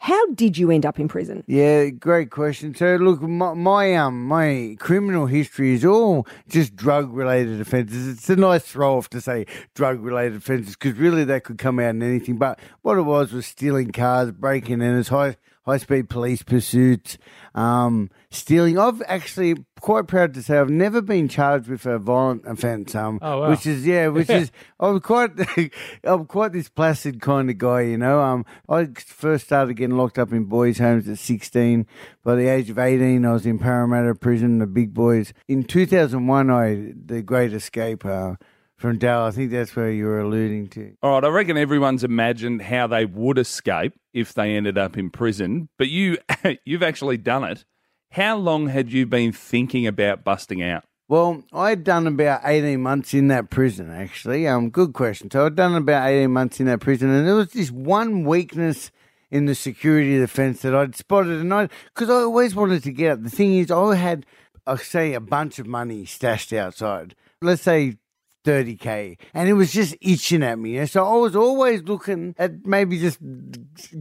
Speaker 2: How did you end up in prison?
Speaker 16: Yeah, great question. So, look, my, my um my criminal history is all just drug related offences. It's a nice throw off to say drug related offences because really that could come out in anything. But what it was was stealing cars, breaking in, as high high speed police pursuits, um, stealing. I've actually quite proud to say I've never been charged with a violent offence. Um,
Speaker 17: Oh, wow.
Speaker 16: which is yeah, which is I'm quite I'm quite this placid kind of guy, you know. Um, I first started getting locked up in boys' homes at 16. By the age of 18, I was in Parramatta prison, the big boys. In 2001, I the Great Escape uh, from Dale. I think that's where you were alluding to.
Speaker 3: All right, I reckon everyone's imagined how they would escape if they ended up in prison, but you you've actually done it. How long had you been thinking about busting out?
Speaker 16: Well, I'd done about 18 months in that prison, actually. Um, good question. So I'd done about 18 months in that prison, and there was this one weakness in the security of the fence that I'd spotted, and I, because I always wanted to get out. The thing is, I had, I say, a bunch of money stashed outside. Let's say 30k and it was just itching at me you know? so i was always looking at maybe just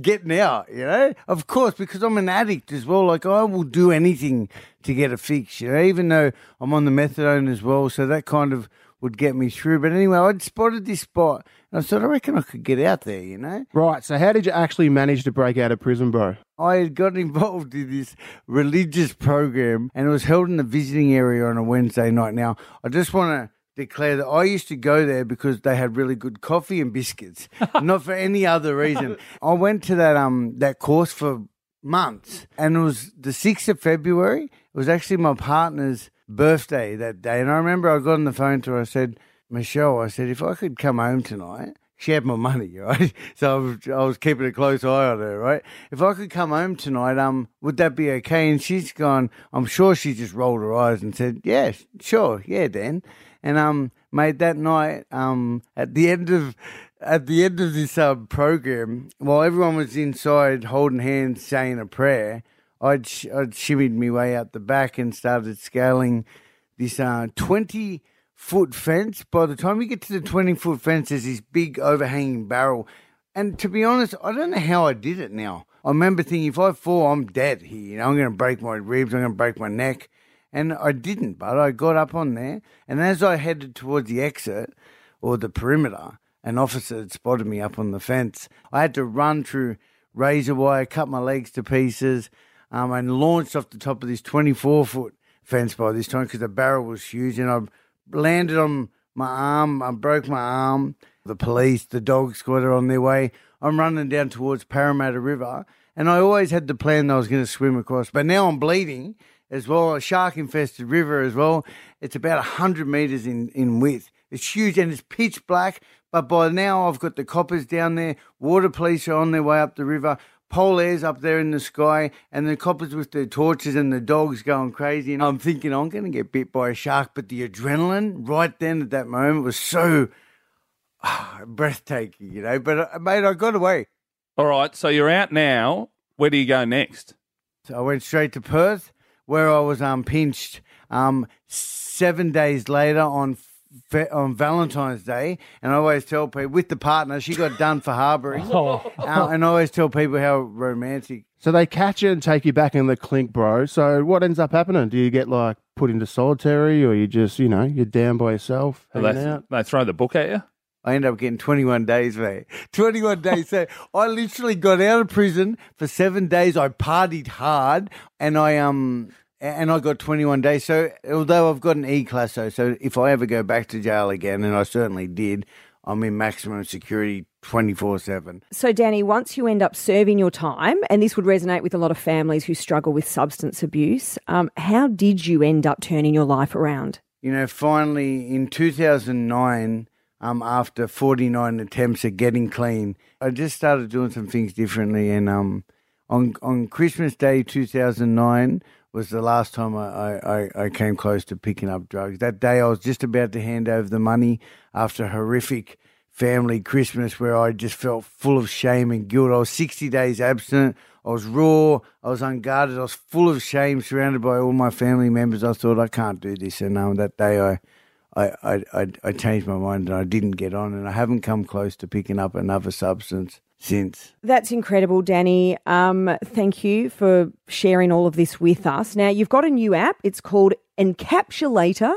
Speaker 16: getting out you know of course because i'm an addict as well like i will do anything to get a fix you know even though i'm on the methadone as well so that kind of would get me through but anyway i'd spotted this spot and i thought i reckon i could get out there you know
Speaker 4: Right. So, how did you actually manage to break out of prison, bro?
Speaker 16: I had got involved in this religious program and it was held in the visiting area on a Wednesday night. Now, I just want to declare that I used to go there because they had really good coffee and biscuits, not for any other reason. I went to that um that course for months and it was the 6th of February. It was actually my partner's birthday that day and I remember I got on the phone to her I said, "Michelle, I said if I could come home tonight, she had my money, right? So I was, I was keeping a close eye on her, right? If I could come home tonight, um, would that be okay? And she's gone. I'm sure she just rolled her eyes and said, "Yeah, sure, yeah, Dan." And um, mate, that night, um, at the end of at the end of this um program, while everyone was inside holding hands, saying a prayer, I'd sh- I'd shimmied me way out the back and started scaling this uh, 20 foot fence. By the time you get to the 20 foot fence, there's this big overhanging barrel. And to be honest, I don't know how I did it now. I remember thinking, if I fall, I'm dead here. You know, I'm going to break my ribs, I'm going to break my neck. And I didn't, but I got up on there. And as I headed towards the exit or the perimeter, an officer had spotted me up on the fence. I had to run through razor wire, cut my legs to pieces, um, and launched off the top of this 24 foot fence by this time because the barrel was huge. And I landed on my arm, I broke my arm. The police, the dog squad are on their way. I'm running down towards Parramatta River, and I always had the plan that I was going to swim across, but now I'm bleeding as well, a shark infested river as well. It's about 100 meters in, in width. It's huge and it's pitch black, but by now I've got the coppers down there, water police are on their way up the river, pole airs up there in the sky, and the coppers with their torches and the dogs going crazy. And I'm thinking, I'm going to get bit by a shark, but the adrenaline right then at that moment was so ah, breathtaking, you know. But uh, mate, I got away.
Speaker 3: All right, so you're out now. Where do you go next?
Speaker 16: So I went straight to Perth, where I was um, pinched um, seven days later on fe- on Valentine's Day. And I always tell people, with the partner, she got done for harbouring.
Speaker 4: Oh.
Speaker 16: Uh, and I always tell people how romantic
Speaker 4: So they catch you and take you back in the clink, bro. So what ends up happening? Do you get like put into solitary, or you just you know you're down by yourself
Speaker 3: They,
Speaker 4: hanging out?
Speaker 3: they throw the book at you.
Speaker 16: I end up getting 21 days, mate. 21 days. so I literally got out of prison for seven days. I partied hard and I, um, and I got 21 days. So although I've got an E class, so, so if I ever go back to jail again, and I certainly did, I'm in maximum security 24 7.
Speaker 2: So, Danny, once you end up serving your time, and this would resonate with a lot of families who struggle with substance abuse, um, how did you end up turning your life around?
Speaker 16: You know, finally in 2009, um, after 49 attempts at getting clean, I just started doing some things differently. And um, on on Christmas Day 2009 was the last time I, I, I- I came close to picking up drugs. That day I was just about to hand over the money after a horrific family Christmas where I just felt full of shame and guilt. I was 60 days abstinent. I was raw. I was unguarded. I was full of shame, surrounded by all my family members. I thought, I can't do this. And um, that day I, I, I, I, I changed my mind and I didn't get on. And I haven't come close to picking up another substance since.
Speaker 2: That's incredible, Danny. Um, thank you for sharing all of this with us. Now, you've got a new app. It's called Encapsulator,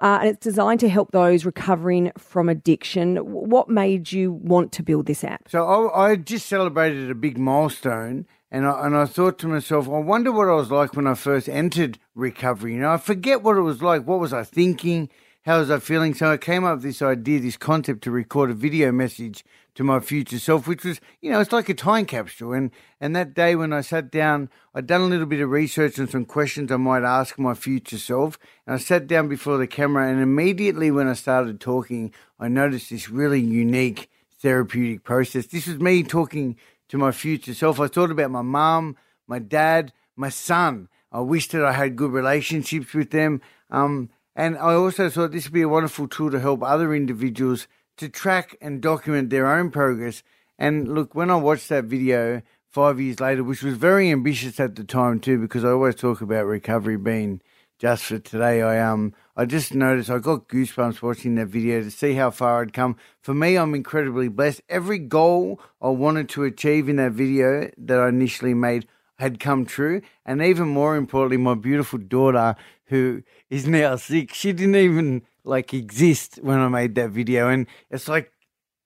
Speaker 2: uh, and it's designed to help those recovering from addiction. W- What made you want to build this app?
Speaker 16: So I, I just celebrated a big milestone, and I, and I thought to myself, I wonder what I was like when I first entered recovery. You know, I forget what it was like. What was I thinking? How was I feeling? So I came up with this idea, this concept to record a video message to my future self, which was, you know, it's like a time capsule. And and that day when I sat down, I'd done a little bit of research and some questions I might ask my future self. And I sat down before the camera, and immediately when I started talking, I noticed this really unique therapeutic process. This was me talking to my future self. I thought about my mum, my dad, my son. I wished that I had good relationships with them. Um, and I also thought this would be a wonderful tool to help other individuals to track and document their own progress. And look, when I watched that video five years later, which was very ambitious at the time too, because I always talk about recovery being just for today. I um I just noticed I got goosebumps watching that video to see how far I'd come. For me, I'm incredibly blessed. Every goal I wanted to achieve in that video that I initially made had come true. And even more importantly, my beautiful daughter, who is now six, she didn't even like exist when I made that video. And it's like,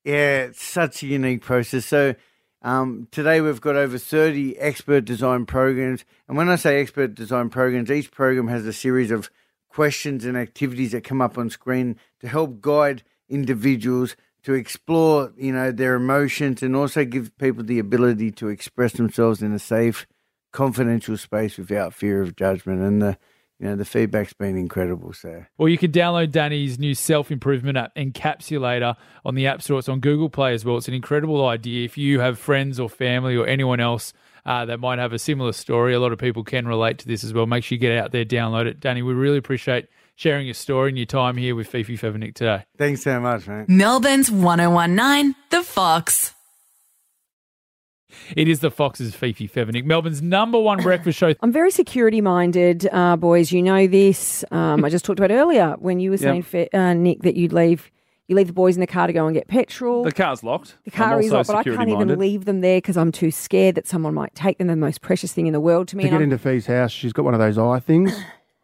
Speaker 16: yeah, it's such a unique process. So um, today we've got over 30 expert design programs. And when I say expert design programs, each program has a series of questions and activities that come up on screen to help guide individuals to explore, you know, their emotions and also give people the ability to express themselves in a safe, confidential space without fear of judgment. And the, you know, the feedback's been incredible. So
Speaker 6: Or you can download Danny's new self improvement app, Encapsulator, on the App Store. It's on Google Play as well. It's an incredible idea. If you have friends or family or anyone else uh, that might have a similar story, a lot of people can relate to this as well. Make sure you get out there, download it. Danny, we really appreciate sharing your story and your time here with Fifi Fevernick today.
Speaker 16: thanks so much, mate.
Speaker 10: Melbourne's 1019, The Fox.
Speaker 6: It is the Fox's Fifi Fevernick, Melbourne's number one breakfast show.
Speaker 2: I'm very security minded, uh, boys. You know this. Um, I just talked about earlier when you were
Speaker 3: Yeah.
Speaker 2: saying, Fe- uh, Nick, that you'd leave you leave the boys in the car to go and get petrol.
Speaker 3: The car's locked.
Speaker 2: The car
Speaker 3: I'm
Speaker 2: is
Speaker 3: also
Speaker 2: locked, but I can't
Speaker 3: security-minded.
Speaker 2: even leave them there because I'm too scared that someone might take them. They're the most precious thing in the world to me.
Speaker 4: to
Speaker 2: and
Speaker 4: get
Speaker 2: I'm-
Speaker 4: into Fee's house, she's got one of those eye things.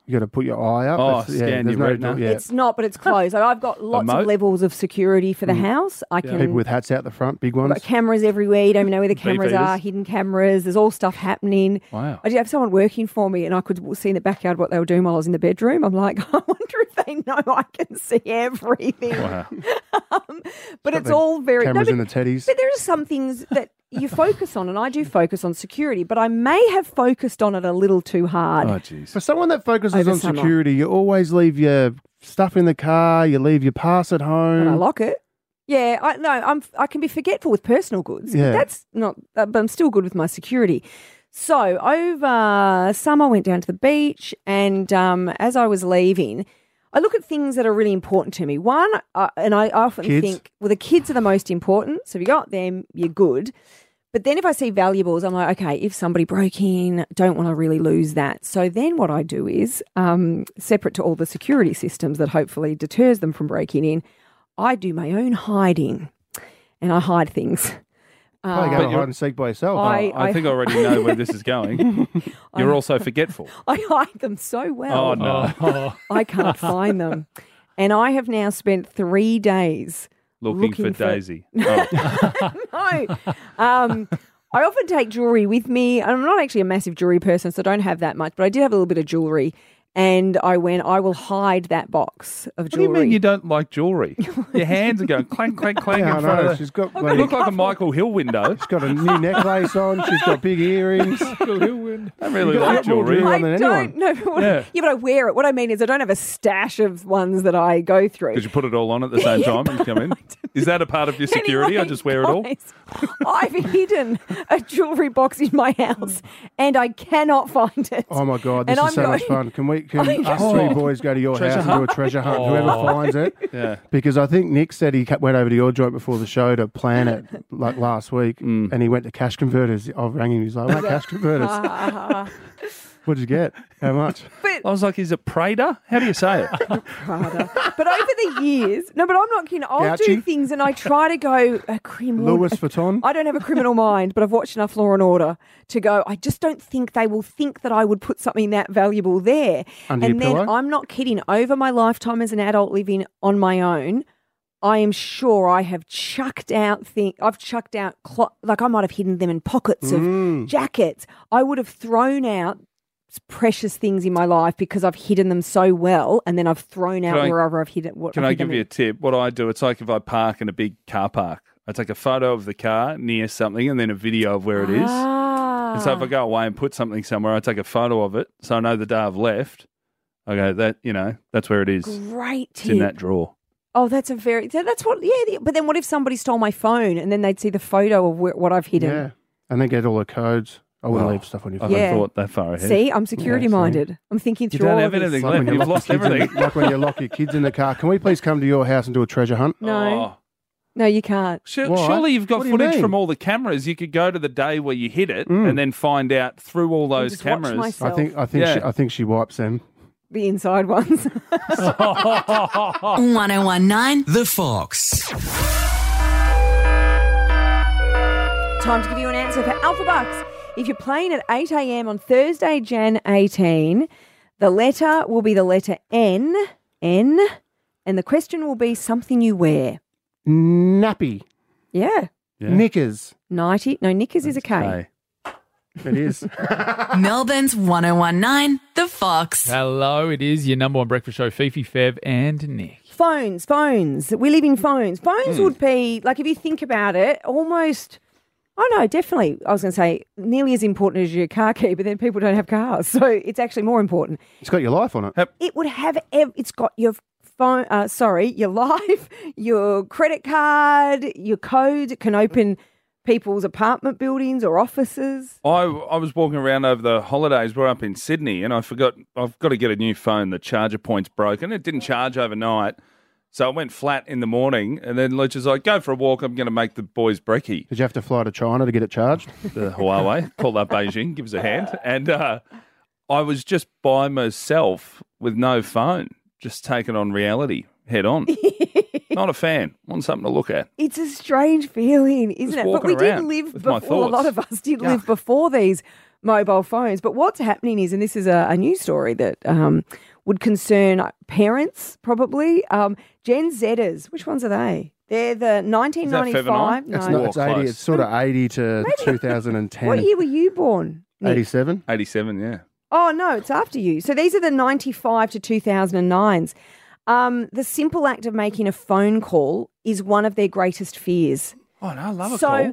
Speaker 4: You got to put your eye up.
Speaker 3: Oh,
Speaker 4: That's-
Speaker 3: scan
Speaker 4: there's
Speaker 3: your retina.
Speaker 4: yeah.
Speaker 2: It's not, but it's close. Like, I've got lots
Speaker 4: moat?
Speaker 2: of levels of security for the
Speaker 4: Mm.
Speaker 2: house. I can
Speaker 4: people with hats out the front, big
Speaker 2: I've
Speaker 4: ones.
Speaker 2: got cameras everywhere. You don't even know where the cameras
Speaker 4: Beepers.
Speaker 2: are. Hidden cameras. There's all stuff happening.
Speaker 4: Wow.
Speaker 2: I did have someone working for me, and I could w- see in the backyard what they were doing while I was in the bedroom. I'm like, I wonder if they know I can see everything. Um, But it's
Speaker 4: the
Speaker 2: all very
Speaker 4: cameras
Speaker 2: but,
Speaker 4: and the teddies.
Speaker 2: But there are some things that you focus on, and I do focus on security. But I may have focused on it a little too hard.
Speaker 4: For someone that focuses
Speaker 2: Over
Speaker 4: on
Speaker 2: summer.
Speaker 4: security, you always leave your stuff in the car. You leave your pass at home.
Speaker 2: And I lock it. Yeah, I no, I'm I can be forgetful with personal goods. But
Speaker 4: Yeah.
Speaker 2: that's not uh, but I'm still good with my security. So, over summer I went down to the beach and um, as I was leaving, I look at things that are really important to me. One, uh, and I often
Speaker 17: Kids.
Speaker 2: think, well, the kids are the most important. So if you got them, you're good. But then if I see valuables, I'm like, okay, if somebody broke in, don't want to really lose that. So then what I do is, um, separate to all the security systems that hopefully deters them from breaking in, I do my own hiding and I hide things.
Speaker 4: Probably
Speaker 2: Uh,
Speaker 4: go and hide and seek by yourself.
Speaker 2: I-
Speaker 3: Oh, I,
Speaker 2: I-
Speaker 3: think I already know where this is going. You're also forgetful.
Speaker 2: I hide them so well.
Speaker 3: oh, no.
Speaker 2: I can't find them. And I have now spent three days
Speaker 3: Looking, for, Daisy.
Speaker 2: no. Um, I often take jewelry with me. I'm not actually a massive jewelry person, so I don't have that much, but I did have a little bit of jewelry. And I went, I will hide that box of
Speaker 3: What do you
Speaker 2: jewelry.
Speaker 3: mean you don't like jewelry? Your hands are going clank, clank, clank
Speaker 4: Yeah, I
Speaker 3: in front
Speaker 4: know.
Speaker 3: of the-
Speaker 4: She's got
Speaker 3: You
Speaker 4: bloody-
Speaker 3: look like a Michael Hill window. She's
Speaker 4: got a new necklace on. She's got big earrings.
Speaker 3: I really
Speaker 4: You've got a lot
Speaker 3: like
Speaker 4: more
Speaker 3: jewelry.
Speaker 4: jewelry on than
Speaker 2: I don't
Speaker 4: anyone.
Speaker 2: know. What
Speaker 3: Yeah.
Speaker 2: yeah. but I wear it. What I mean is, I don't have a stash of ones that I go through.
Speaker 3: Because you put it all on at the same time when you come in. Is that a part of your security? I just wear it all.
Speaker 2: Guys, I've hidden a jewelry box in my house and I cannot find it.
Speaker 4: Oh my god, this
Speaker 2: And
Speaker 4: is so
Speaker 2: I'm
Speaker 4: much
Speaker 2: going-
Speaker 4: fun. Can we we can
Speaker 1: Oh, yeah.
Speaker 4: us three
Speaker 1: Oh.
Speaker 4: boys go to your
Speaker 1: Treasure
Speaker 4: house and
Speaker 1: hunt?
Speaker 4: do a treasure hunt?
Speaker 1: Oh.
Speaker 4: Whoever finds it,
Speaker 1: Yeah.
Speaker 4: Because I think Nick said he ca- went over to your joint before the show to plan it, like last week,
Speaker 3: Mm.
Speaker 4: and he went to cash converters. I rang him. He's like, "Mate, cash converters.
Speaker 2: Ah,
Speaker 4: What'd you get? How much?"
Speaker 3: I was like, "Is it Prater? How do you say it?"
Speaker 2: Prada. But over the years, no, but I'm not kidding. I'll do
Speaker 3: Gouchy?
Speaker 2: things and I try to go uh, a criminal.
Speaker 4: Louis Vuitton.
Speaker 2: I don't have a criminal mind, but I've watched enough Law and Order to go. I just don't think they will think that I would put something that valuable there.
Speaker 1: Under your
Speaker 2: and then
Speaker 1: pillow?
Speaker 2: I'm not kidding. Over my lifetime as an adult living on my own, I am sure I have chucked out things. I've chucked out clo- like I might have hidden them in pockets
Speaker 1: Mm.
Speaker 2: of jackets. I would have thrown out precious things in my life because I've hidden them so well, and then I've thrown out
Speaker 3: Can I-
Speaker 2: wherever I've hidden. What,
Speaker 3: Can
Speaker 2: I've
Speaker 3: I
Speaker 2: hidden
Speaker 3: give you a tip? What I do, it's like if I park in a big car park, I take a photo of the car near something and then a video of where it is. And
Speaker 4: Ah.
Speaker 3: so if I
Speaker 2: Ah,
Speaker 3: go away and put something somewhere, I take a photo of it so I know the day I've left. Okay, that you know, that's where it is.
Speaker 2: Great
Speaker 3: It's in
Speaker 2: tip.
Speaker 3: that drawer.
Speaker 2: Oh, that's a very that- that's what yeah. the- But then what if somebody stole my phone and then they'd see the photo of where, what I've hidden?
Speaker 4: Yeah, and then get all the codes. I wouldn't
Speaker 3: Wow.
Speaker 4: leave stuff on your
Speaker 3: I
Speaker 4: phone.
Speaker 2: haven't Yeah. thought
Speaker 3: that far ahead.
Speaker 2: See, I'm security
Speaker 4: Yeah, see?
Speaker 2: minded. I'm thinking
Speaker 3: You
Speaker 2: through
Speaker 3: don't
Speaker 2: all
Speaker 3: have
Speaker 2: of this.
Speaker 3: anything
Speaker 4: Like when
Speaker 3: left.
Speaker 4: you
Speaker 3: You've
Speaker 4: lock
Speaker 3: lost
Speaker 4: your kids in-
Speaker 3: everything.
Speaker 4: like when you lock your kids in the car. Can we please come to your house and do a treasure hunt?
Speaker 2: No, no, you can't.
Speaker 3: Su- Oh. Surely you've got
Speaker 2: What do you
Speaker 3: footage
Speaker 2: mean?
Speaker 3: from all the cameras. You could go to the day where you hid it
Speaker 4: Mm.
Speaker 3: and then find out through all those
Speaker 2: just watch
Speaker 3: cameras.
Speaker 2: myself.
Speaker 4: I think I think
Speaker 3: Yeah.
Speaker 4: she, I think she wipes them.
Speaker 2: the inside ones.
Speaker 4: Oh.
Speaker 10: 1019
Speaker 11: The Fox.
Speaker 2: Time to give you an answer for Alpha Bucks. If you're playing at 8 a.m. on Thursday, Jan 18, the letter will be the letter N, N, and the question will be something you wear.
Speaker 4: Nappy.
Speaker 2: Yeah.
Speaker 4: Knickers.
Speaker 2: Nighty. No, knickers is a K.
Speaker 4: It is.
Speaker 10: Melbourne's 1019 The Fox.
Speaker 6: Hello, it is your number one breakfast show, Fifi, Fev, and Nick.
Speaker 2: Phones, phones. We live in phones. Phones
Speaker 6: Hmm.
Speaker 2: would be, like, if you think about it, almost, oh no, definitely, I was going to say, nearly as important as your car key, but then people don't have cars. So it's actually more important.
Speaker 4: It's got your life on it.
Speaker 2: It would have, ev- it's got your phone, uh, sorry, your life, your credit card, your code. It can open people's apartment buildings or offices.
Speaker 3: I, I was walking around over the holidays. We're up in Sydney, and I forgot I've got to get a new phone. The charger point's broken. It didn't charge overnight, so I went flat in the morning. And then Lucha's like, "Go for a walk. I'm going to make the boys brekkie."
Speaker 4: Did you have to fly to China to get it charged?
Speaker 3: the Huawei, call up Beijing, give us a hand. And uh, I was just by myself with no phone, just taking on reality head on. Not a fan. Want something to look at.
Speaker 2: It's a strange feeling, isn't it? But
Speaker 3: walking
Speaker 2: we did
Speaker 3: around
Speaker 2: live
Speaker 3: with my
Speaker 2: before, a lot
Speaker 3: thoughts.
Speaker 2: of us did live before these mobile phones. But what's happening is, and this is a, a news story that um, would concern parents probably, um, Gen Zers, which ones are they? They're the 1995.
Speaker 4: It's not. It's eighty. It's sort of eighty to two thousand and
Speaker 2: What
Speaker 4: ten.
Speaker 2: year were you born?
Speaker 4: Eighty-seven.
Speaker 3: Eighty-seven. Yeah.
Speaker 2: Oh, no, it's after you. So these are the 95 to 2009s. Um, the simple act of making a phone call is one of their greatest fears.
Speaker 3: Oh, no, I love a
Speaker 2: so,
Speaker 3: call.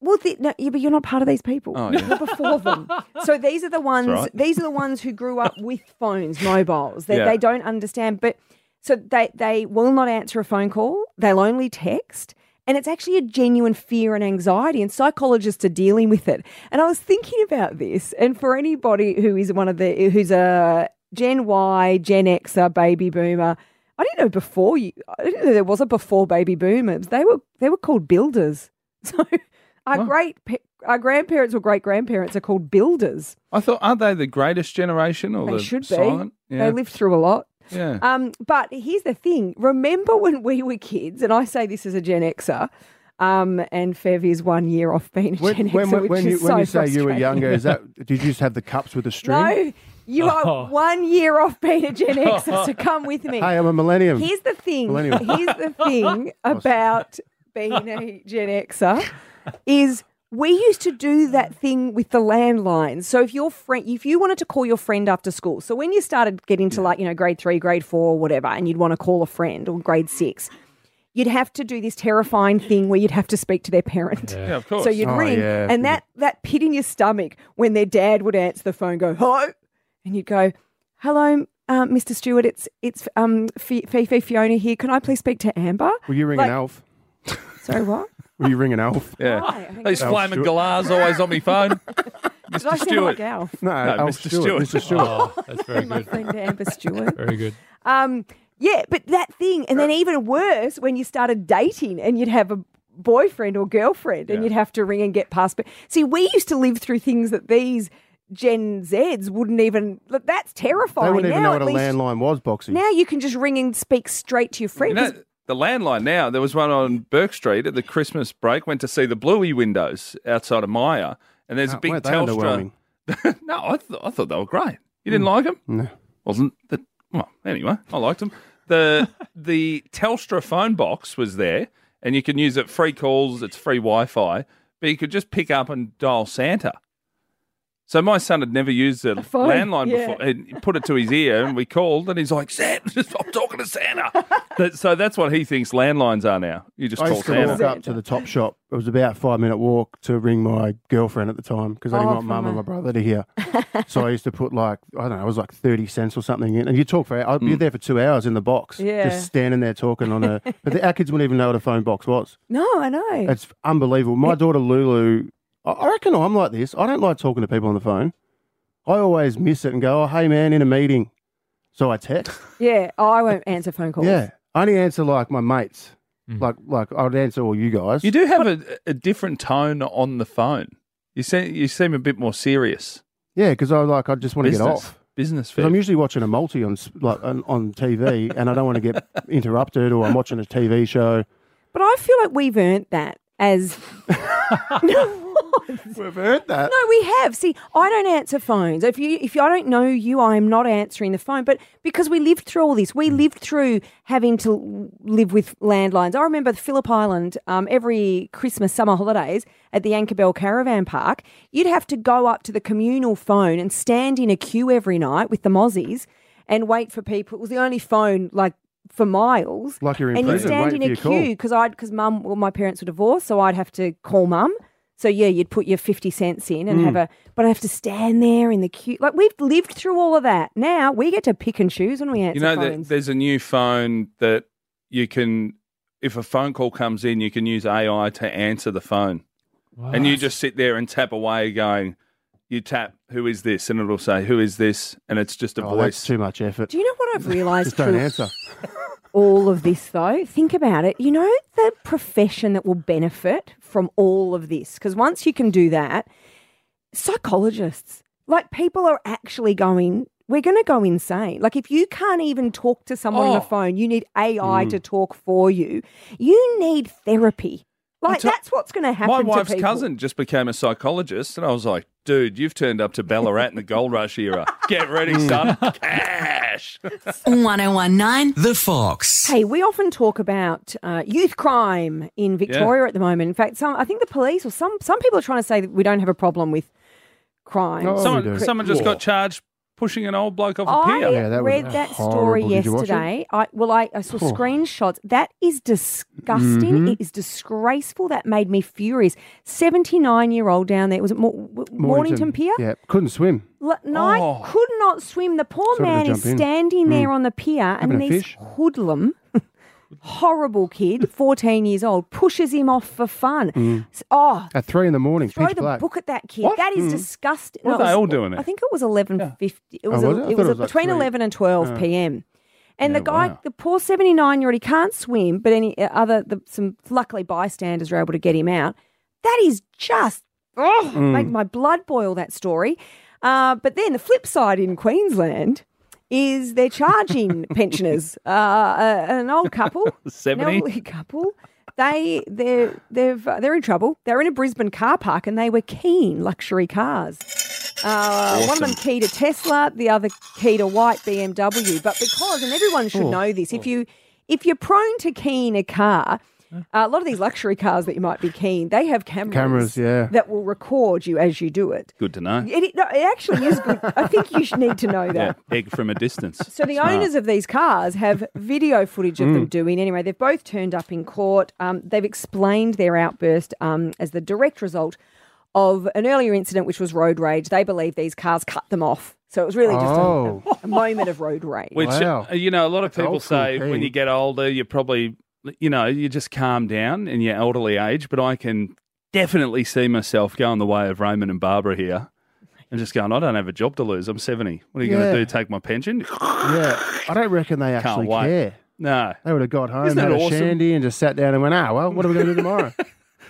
Speaker 2: Well, the, no, yeah, but you're not part of these people.
Speaker 3: Oh,
Speaker 2: You're
Speaker 3: yeah.
Speaker 2: before them. So these are the ones.
Speaker 3: right.
Speaker 2: These are the ones who grew up with phones, mobiles. They,
Speaker 1: Yeah.
Speaker 2: they don't understand. But so they they will not answer a phone call. They'll only text. And it's actually a genuine fear and anxiety, and psychologists are dealing with it. And I was thinking about this, and for anybody who is one of the who's a Gen Y, Gen Xer, baby boomer, I didn't know before you. I didn't know there was a before baby boomers. They were they were called builders. So our great pa- our grandparents or great grandparents are called builders.
Speaker 3: I thought, aren't they the greatest generation? Or
Speaker 2: They
Speaker 3: the
Speaker 2: should be.
Speaker 3: silent? Yeah.
Speaker 2: They lived through a lot.
Speaker 3: Yeah.
Speaker 2: Um, but here's the thing: remember when we were kids, and I say this as a Gen Xer, um, and Fev is one year off being a Gen
Speaker 4: When, when,
Speaker 2: Xer,
Speaker 4: when,
Speaker 2: which
Speaker 4: when
Speaker 2: is
Speaker 4: you,
Speaker 2: so
Speaker 4: when you say you were
Speaker 2: frustrating.
Speaker 4: younger, is that did you just have the cups with a string?
Speaker 2: no? You are
Speaker 4: Oh.
Speaker 2: one year off being a Gen Xer, so come with me.
Speaker 4: Hey, I'm a millennium.
Speaker 2: Here's the thing.
Speaker 4: Millennial.
Speaker 2: Here's the thing about being a Gen Xer is we used to do that thing with the landline. So if your friend, if you wanted to call your friend after school, so when you started getting to like you know grade three, grade four, whatever, and you'd want to call a friend or grade six. You'd have to do this terrifying thing where you'd have to speak to their parent.
Speaker 1: Yeah. Yeah, of course.
Speaker 2: So you'd
Speaker 1: Oh,
Speaker 2: ring,
Speaker 1: yeah.
Speaker 2: and that that pit in your stomach when their dad would answer the phone, go hello, and you'd go, "Hello, um, Mr. Stewart. It's it's um, Fi Fifi Fiona here. Can I please speak to Amber?"
Speaker 4: Were you ringing
Speaker 2: Like-
Speaker 4: elf?
Speaker 2: Sorry, what?
Speaker 4: Were you ringing elf?
Speaker 3: Yeah. These
Speaker 4: Elf
Speaker 3: flaming
Speaker 4: Stewart.
Speaker 3: galahs always on my phone.
Speaker 2: Did I
Speaker 3: Mr.
Speaker 2: sound
Speaker 3: Stewart.
Speaker 2: like Alf?
Speaker 4: No, Alf Stewart, Mr. Stewart.
Speaker 6: Oh, that's very good.
Speaker 2: Nothing to Amber Stewart.
Speaker 6: Very good.
Speaker 2: Um, yeah, but that thing, and then even worse when you started dating and you'd have a boyfriend or girlfriend and you'd have to ring and get past. But see, we used to live through things that these Gen Zs wouldn't even. Look, that's terrifying.
Speaker 4: They wouldn't even
Speaker 2: now,
Speaker 4: know what a
Speaker 2: at least-
Speaker 4: landline was, Boxy.
Speaker 2: Now you can just ring and speak straight to your
Speaker 3: You
Speaker 2: friend.
Speaker 3: know, the landline now, there was one on Burke Street at the Christmas break, went to see the Bluey windows outside of Maya, and there's a
Speaker 4: Oh,
Speaker 3: big
Speaker 4: weren't they
Speaker 3: Telstra.
Speaker 4: underwhelming?
Speaker 3: no, I, th- I thought they were great. You didn't like them?
Speaker 4: No.
Speaker 3: Wasn't the well, anyway, I liked them. The the Telstra phone box was there and you can use it free calls, it's free Wi-Fi, but you could just pick up and dial Santa. So my son had never used a,
Speaker 17: phone,
Speaker 3: landline
Speaker 17: yeah.
Speaker 3: before. He put it to his ear and we called and he's like, Santa, I'm talking to Santa. That- so that's what he thinks landlines are now. You just
Speaker 4: I
Speaker 3: call
Speaker 4: used to walk
Speaker 3: Santa.
Speaker 4: up to the top shop. It was about five minute walk to ring my girlfriend at the time because I didn't
Speaker 3: Oh,
Speaker 4: want
Speaker 3: from
Speaker 4: mum and
Speaker 3: a-
Speaker 4: my brother to hear. so I used to put like I don't know, it was like thirty cents or something in, and you talk for I'd be there for two hours in the box,
Speaker 2: Yeah.
Speaker 4: just standing there talking on a. but the, our kids wouldn't even know what a phone box was.
Speaker 2: no, I know.
Speaker 4: It's unbelievable. My daughter Lulu, I- I reckon I'm like this. I don't like talking to people on the phone. I always miss it and go, oh hey man, in a meeting. So I text.
Speaker 2: yeah, oh, I won't answer phone calls.
Speaker 4: Yeah, I only answer like my mates. Like, like I'd answer all you guys.
Speaker 3: You do have a, a different tone on the phone. You seem you seem a bit more serious.
Speaker 4: Yeah, because I like I just want to get
Speaker 3: Business.
Speaker 4: off.
Speaker 3: Business.
Speaker 4: Because I'm usually watching a multi on s- like on, on TV, and I don't want to get interrupted, or I'm watching a TV show.
Speaker 2: But I feel like we've earned that as
Speaker 4: We've heard that.
Speaker 2: No, we have. See, I don't answer phones. If you if I don't know you, I am not answering the phone. But because we lived through all this, we lived through having to live with landlines. I remember the Phillip Island um, every Christmas summer holidays at the Ankerbell Caravan Park. You'd have to go up to the communal phone and stand in a queue every night with the mozzies and wait for people. It was the only phone like for miles.
Speaker 4: Like you're in
Speaker 2: and you'd
Speaker 4: prison,
Speaker 2: stand
Speaker 4: waiting
Speaker 2: in a
Speaker 4: for your
Speaker 2: queue because I'd because mum well my parents were divorced, so I'd have to call mum. So yeah, you'd put your fifty cents in and have
Speaker 4: Mm.
Speaker 2: a but I have to stand there in the queue. Like we've lived through all of that. Now we get to pick and choose when we answer
Speaker 3: You know, that
Speaker 2: phones.
Speaker 3: there's a new phone that you can, if a phone call comes in, you can use AI to answer the phone. And you just sit there and tap away, going, you tap, who is this? And it'll say, who is this? And it's just a
Speaker 4: Oh,
Speaker 3: voice.
Speaker 4: that's too much effort.
Speaker 2: Do you know what I've realised?
Speaker 4: Just don't
Speaker 2: through
Speaker 4: answer.
Speaker 2: All of this though, think about it. You know the profession that will benefit from all of this because once you can do that, psychologists, like people are actually going. We're going to go insane. Like if you can't even talk to someone on
Speaker 3: Oh.
Speaker 2: the phone, you need AI
Speaker 3: Mm.
Speaker 2: to talk for you. You need therapy. Like that's what's going to happen.
Speaker 3: My
Speaker 2: to
Speaker 3: wife's
Speaker 2: people.
Speaker 3: cousin just became a psychologist. And I was like, dude, you've turned up to Ballarat in the gold rush era. Get ready,
Speaker 4: Mm.
Speaker 3: son. Cash.
Speaker 10: 1019.
Speaker 11: The Fox.
Speaker 2: Hey, we often talk about uh, youth crime in Victoria at the moment. In fact, some I think the police or some some people are trying to say that we don't have a problem with crime.
Speaker 3: someone, someone just got charged pushing an old bloke off a
Speaker 2: I
Speaker 3: pier.
Speaker 2: read that story yesterday. I well, I, I saw
Speaker 3: Oh.
Speaker 2: screenshots. That is disgusting.
Speaker 4: Mm-hmm.
Speaker 3: Mhm.
Speaker 2: It is disgraceful. That made me furious. Seventy-nine-year-old down there was it Mor- Mornington Pier?
Speaker 4: Yeah, couldn't swim.
Speaker 2: L- night could not swim. The poor
Speaker 4: Sorry to
Speaker 2: man is
Speaker 4: jump in.
Speaker 2: standing there
Speaker 4: Mm.
Speaker 2: on the pier,
Speaker 4: Having
Speaker 2: and
Speaker 4: a
Speaker 2: this
Speaker 4: fish.
Speaker 2: hoodlum, horrible kid, fourteen years old, pushes him off for fun.
Speaker 4: Mm.
Speaker 2: S- Oh,
Speaker 4: At three in the morning,
Speaker 2: throw
Speaker 4: pitch
Speaker 2: the
Speaker 4: black.
Speaker 2: book at that kid.
Speaker 4: What?
Speaker 2: That is
Speaker 4: Mm.
Speaker 2: disgusting.
Speaker 4: What are they
Speaker 2: it was-
Speaker 4: all doing it?
Speaker 2: I think it was eleven fifty. It
Speaker 4: Oh,
Speaker 2: was, a-
Speaker 4: was it? I
Speaker 2: it
Speaker 4: thought
Speaker 2: was, a-
Speaker 4: it was like
Speaker 2: between
Speaker 4: three.
Speaker 2: eleven and twelve
Speaker 4: Yeah.
Speaker 2: p.m. And
Speaker 4: Yeah,
Speaker 2: the guy,
Speaker 4: wow.
Speaker 2: the poor seventy-nine-year-old, he can't swim, but any uh, other, the, some luckily bystanders were able to get him out. That is just oh,
Speaker 18: Mm.
Speaker 2: make my blood boil. That story. Uh, but then the flip side in Queensland is they're charging pensioners, uh, a- an old couple, an
Speaker 3: 70?
Speaker 2: elderly couple. They they they've uh, they're in trouble. They're in a Brisbane car park and they were keen luxury cars. Uh, One of them
Speaker 18: Awesome.
Speaker 2: keyed a Tesla, the other keyed a white BMW. But because, and everyone should
Speaker 18: Oh.
Speaker 2: know this, if you if you're prone to keying a car, uh, a lot of these luxury cars that you might be keen, they have cameras,
Speaker 4: Cameras, yeah.
Speaker 2: that will record you as you do it.
Speaker 3: Good to know.
Speaker 2: It, it, no, it actually is good. I think you should need to know
Speaker 3: Yeah,
Speaker 2: that.
Speaker 3: egg from a distance.
Speaker 2: So the
Speaker 3: Smart.
Speaker 2: owners of these cars have video footage of them
Speaker 3: Mm.
Speaker 2: doing anyway. They've both turned up in court. Um, they've explained their outburst um, as the direct result of an earlier incident, which was road rage. They believe these cars cut them off, so it was really just a-
Speaker 3: Oh.
Speaker 2: a, a moment of road rage.
Speaker 3: Which uh, you know, a lot of people
Speaker 4: old school
Speaker 3: say when
Speaker 4: keen.
Speaker 3: you get older, you probably you know you just calm down in your elderly age. But I can definitely see myself going the way of Raymond and Barbara here, and just going, I don't have a job to lose. I'm 70. What are you going
Speaker 4: Yeah.
Speaker 3: to do? Take my pension?
Speaker 4: Yeah, I don't reckon they actually
Speaker 3: Can't wait.
Speaker 4: care.
Speaker 3: No.
Speaker 4: They would have got home,
Speaker 3: Isn't that
Speaker 4: had a
Speaker 3: awesome?
Speaker 4: shandy, and just sat down and went, "Ah, well, what are we going to do tomorrow?"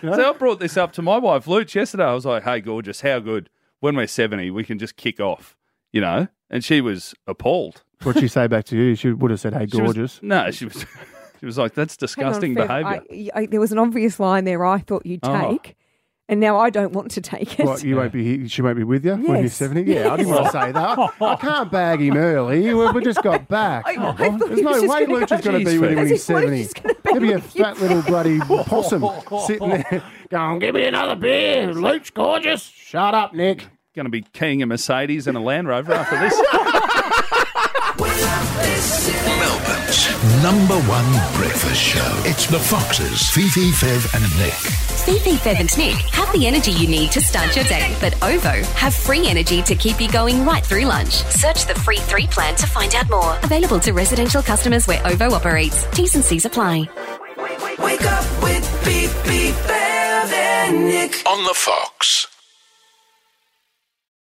Speaker 3: So I brought this up to my wife, Luch, yesterday. I was like, hey, gorgeous, how good? When we're 70, we can just kick off, you know? And she was appalled.
Speaker 4: What'd she say back to you? She would have said, "Hey,
Speaker 3: She was-
Speaker 4: gorgeous."
Speaker 3: no, she was She was like, that's
Speaker 2: Hang on,
Speaker 3: disgusting
Speaker 2: Fev,
Speaker 3: behaviour.
Speaker 2: I, I, there was an obvious line there I thought you'd
Speaker 4: Oh.
Speaker 2: take, and now I don't want to take it.
Speaker 4: What, you won't be. Here, she won't be with you when you're
Speaker 2: Yes.
Speaker 4: seventy. Yeah, I didn't want to say that. I can't bag him early. We, we just got back. Oh, There's
Speaker 5: he
Speaker 4: no
Speaker 5: was just
Speaker 4: way
Speaker 5: gonna
Speaker 4: Luke
Speaker 5: go-
Speaker 4: is going to be
Speaker 5: Jeez,
Speaker 4: with him when
Speaker 5: Fez.
Speaker 4: he's
Speaker 5: I was
Speaker 4: seventy.
Speaker 5: just
Speaker 4: He'll be a fat little bloody possum sitting there going, "Give me another beer, Luke's gorgeous." Shut up, Nick.
Speaker 3: Going to be keying a Mercedes and a Land Rover after this.
Speaker 5: Melbourne's number one breakfast show. It's the Foxes, Fifi, Fev, and Nick.
Speaker 12: Fifi, Fev and Nick have the energy you need to start your day, but OVO have free energy to keep you going right through lunch. Search the free three plan to find out more. Available to residential customers where OVO operates. T's and C's apply.
Speaker 19: Wake up with beep beep Bev and Nick.
Speaker 5: On the Fox.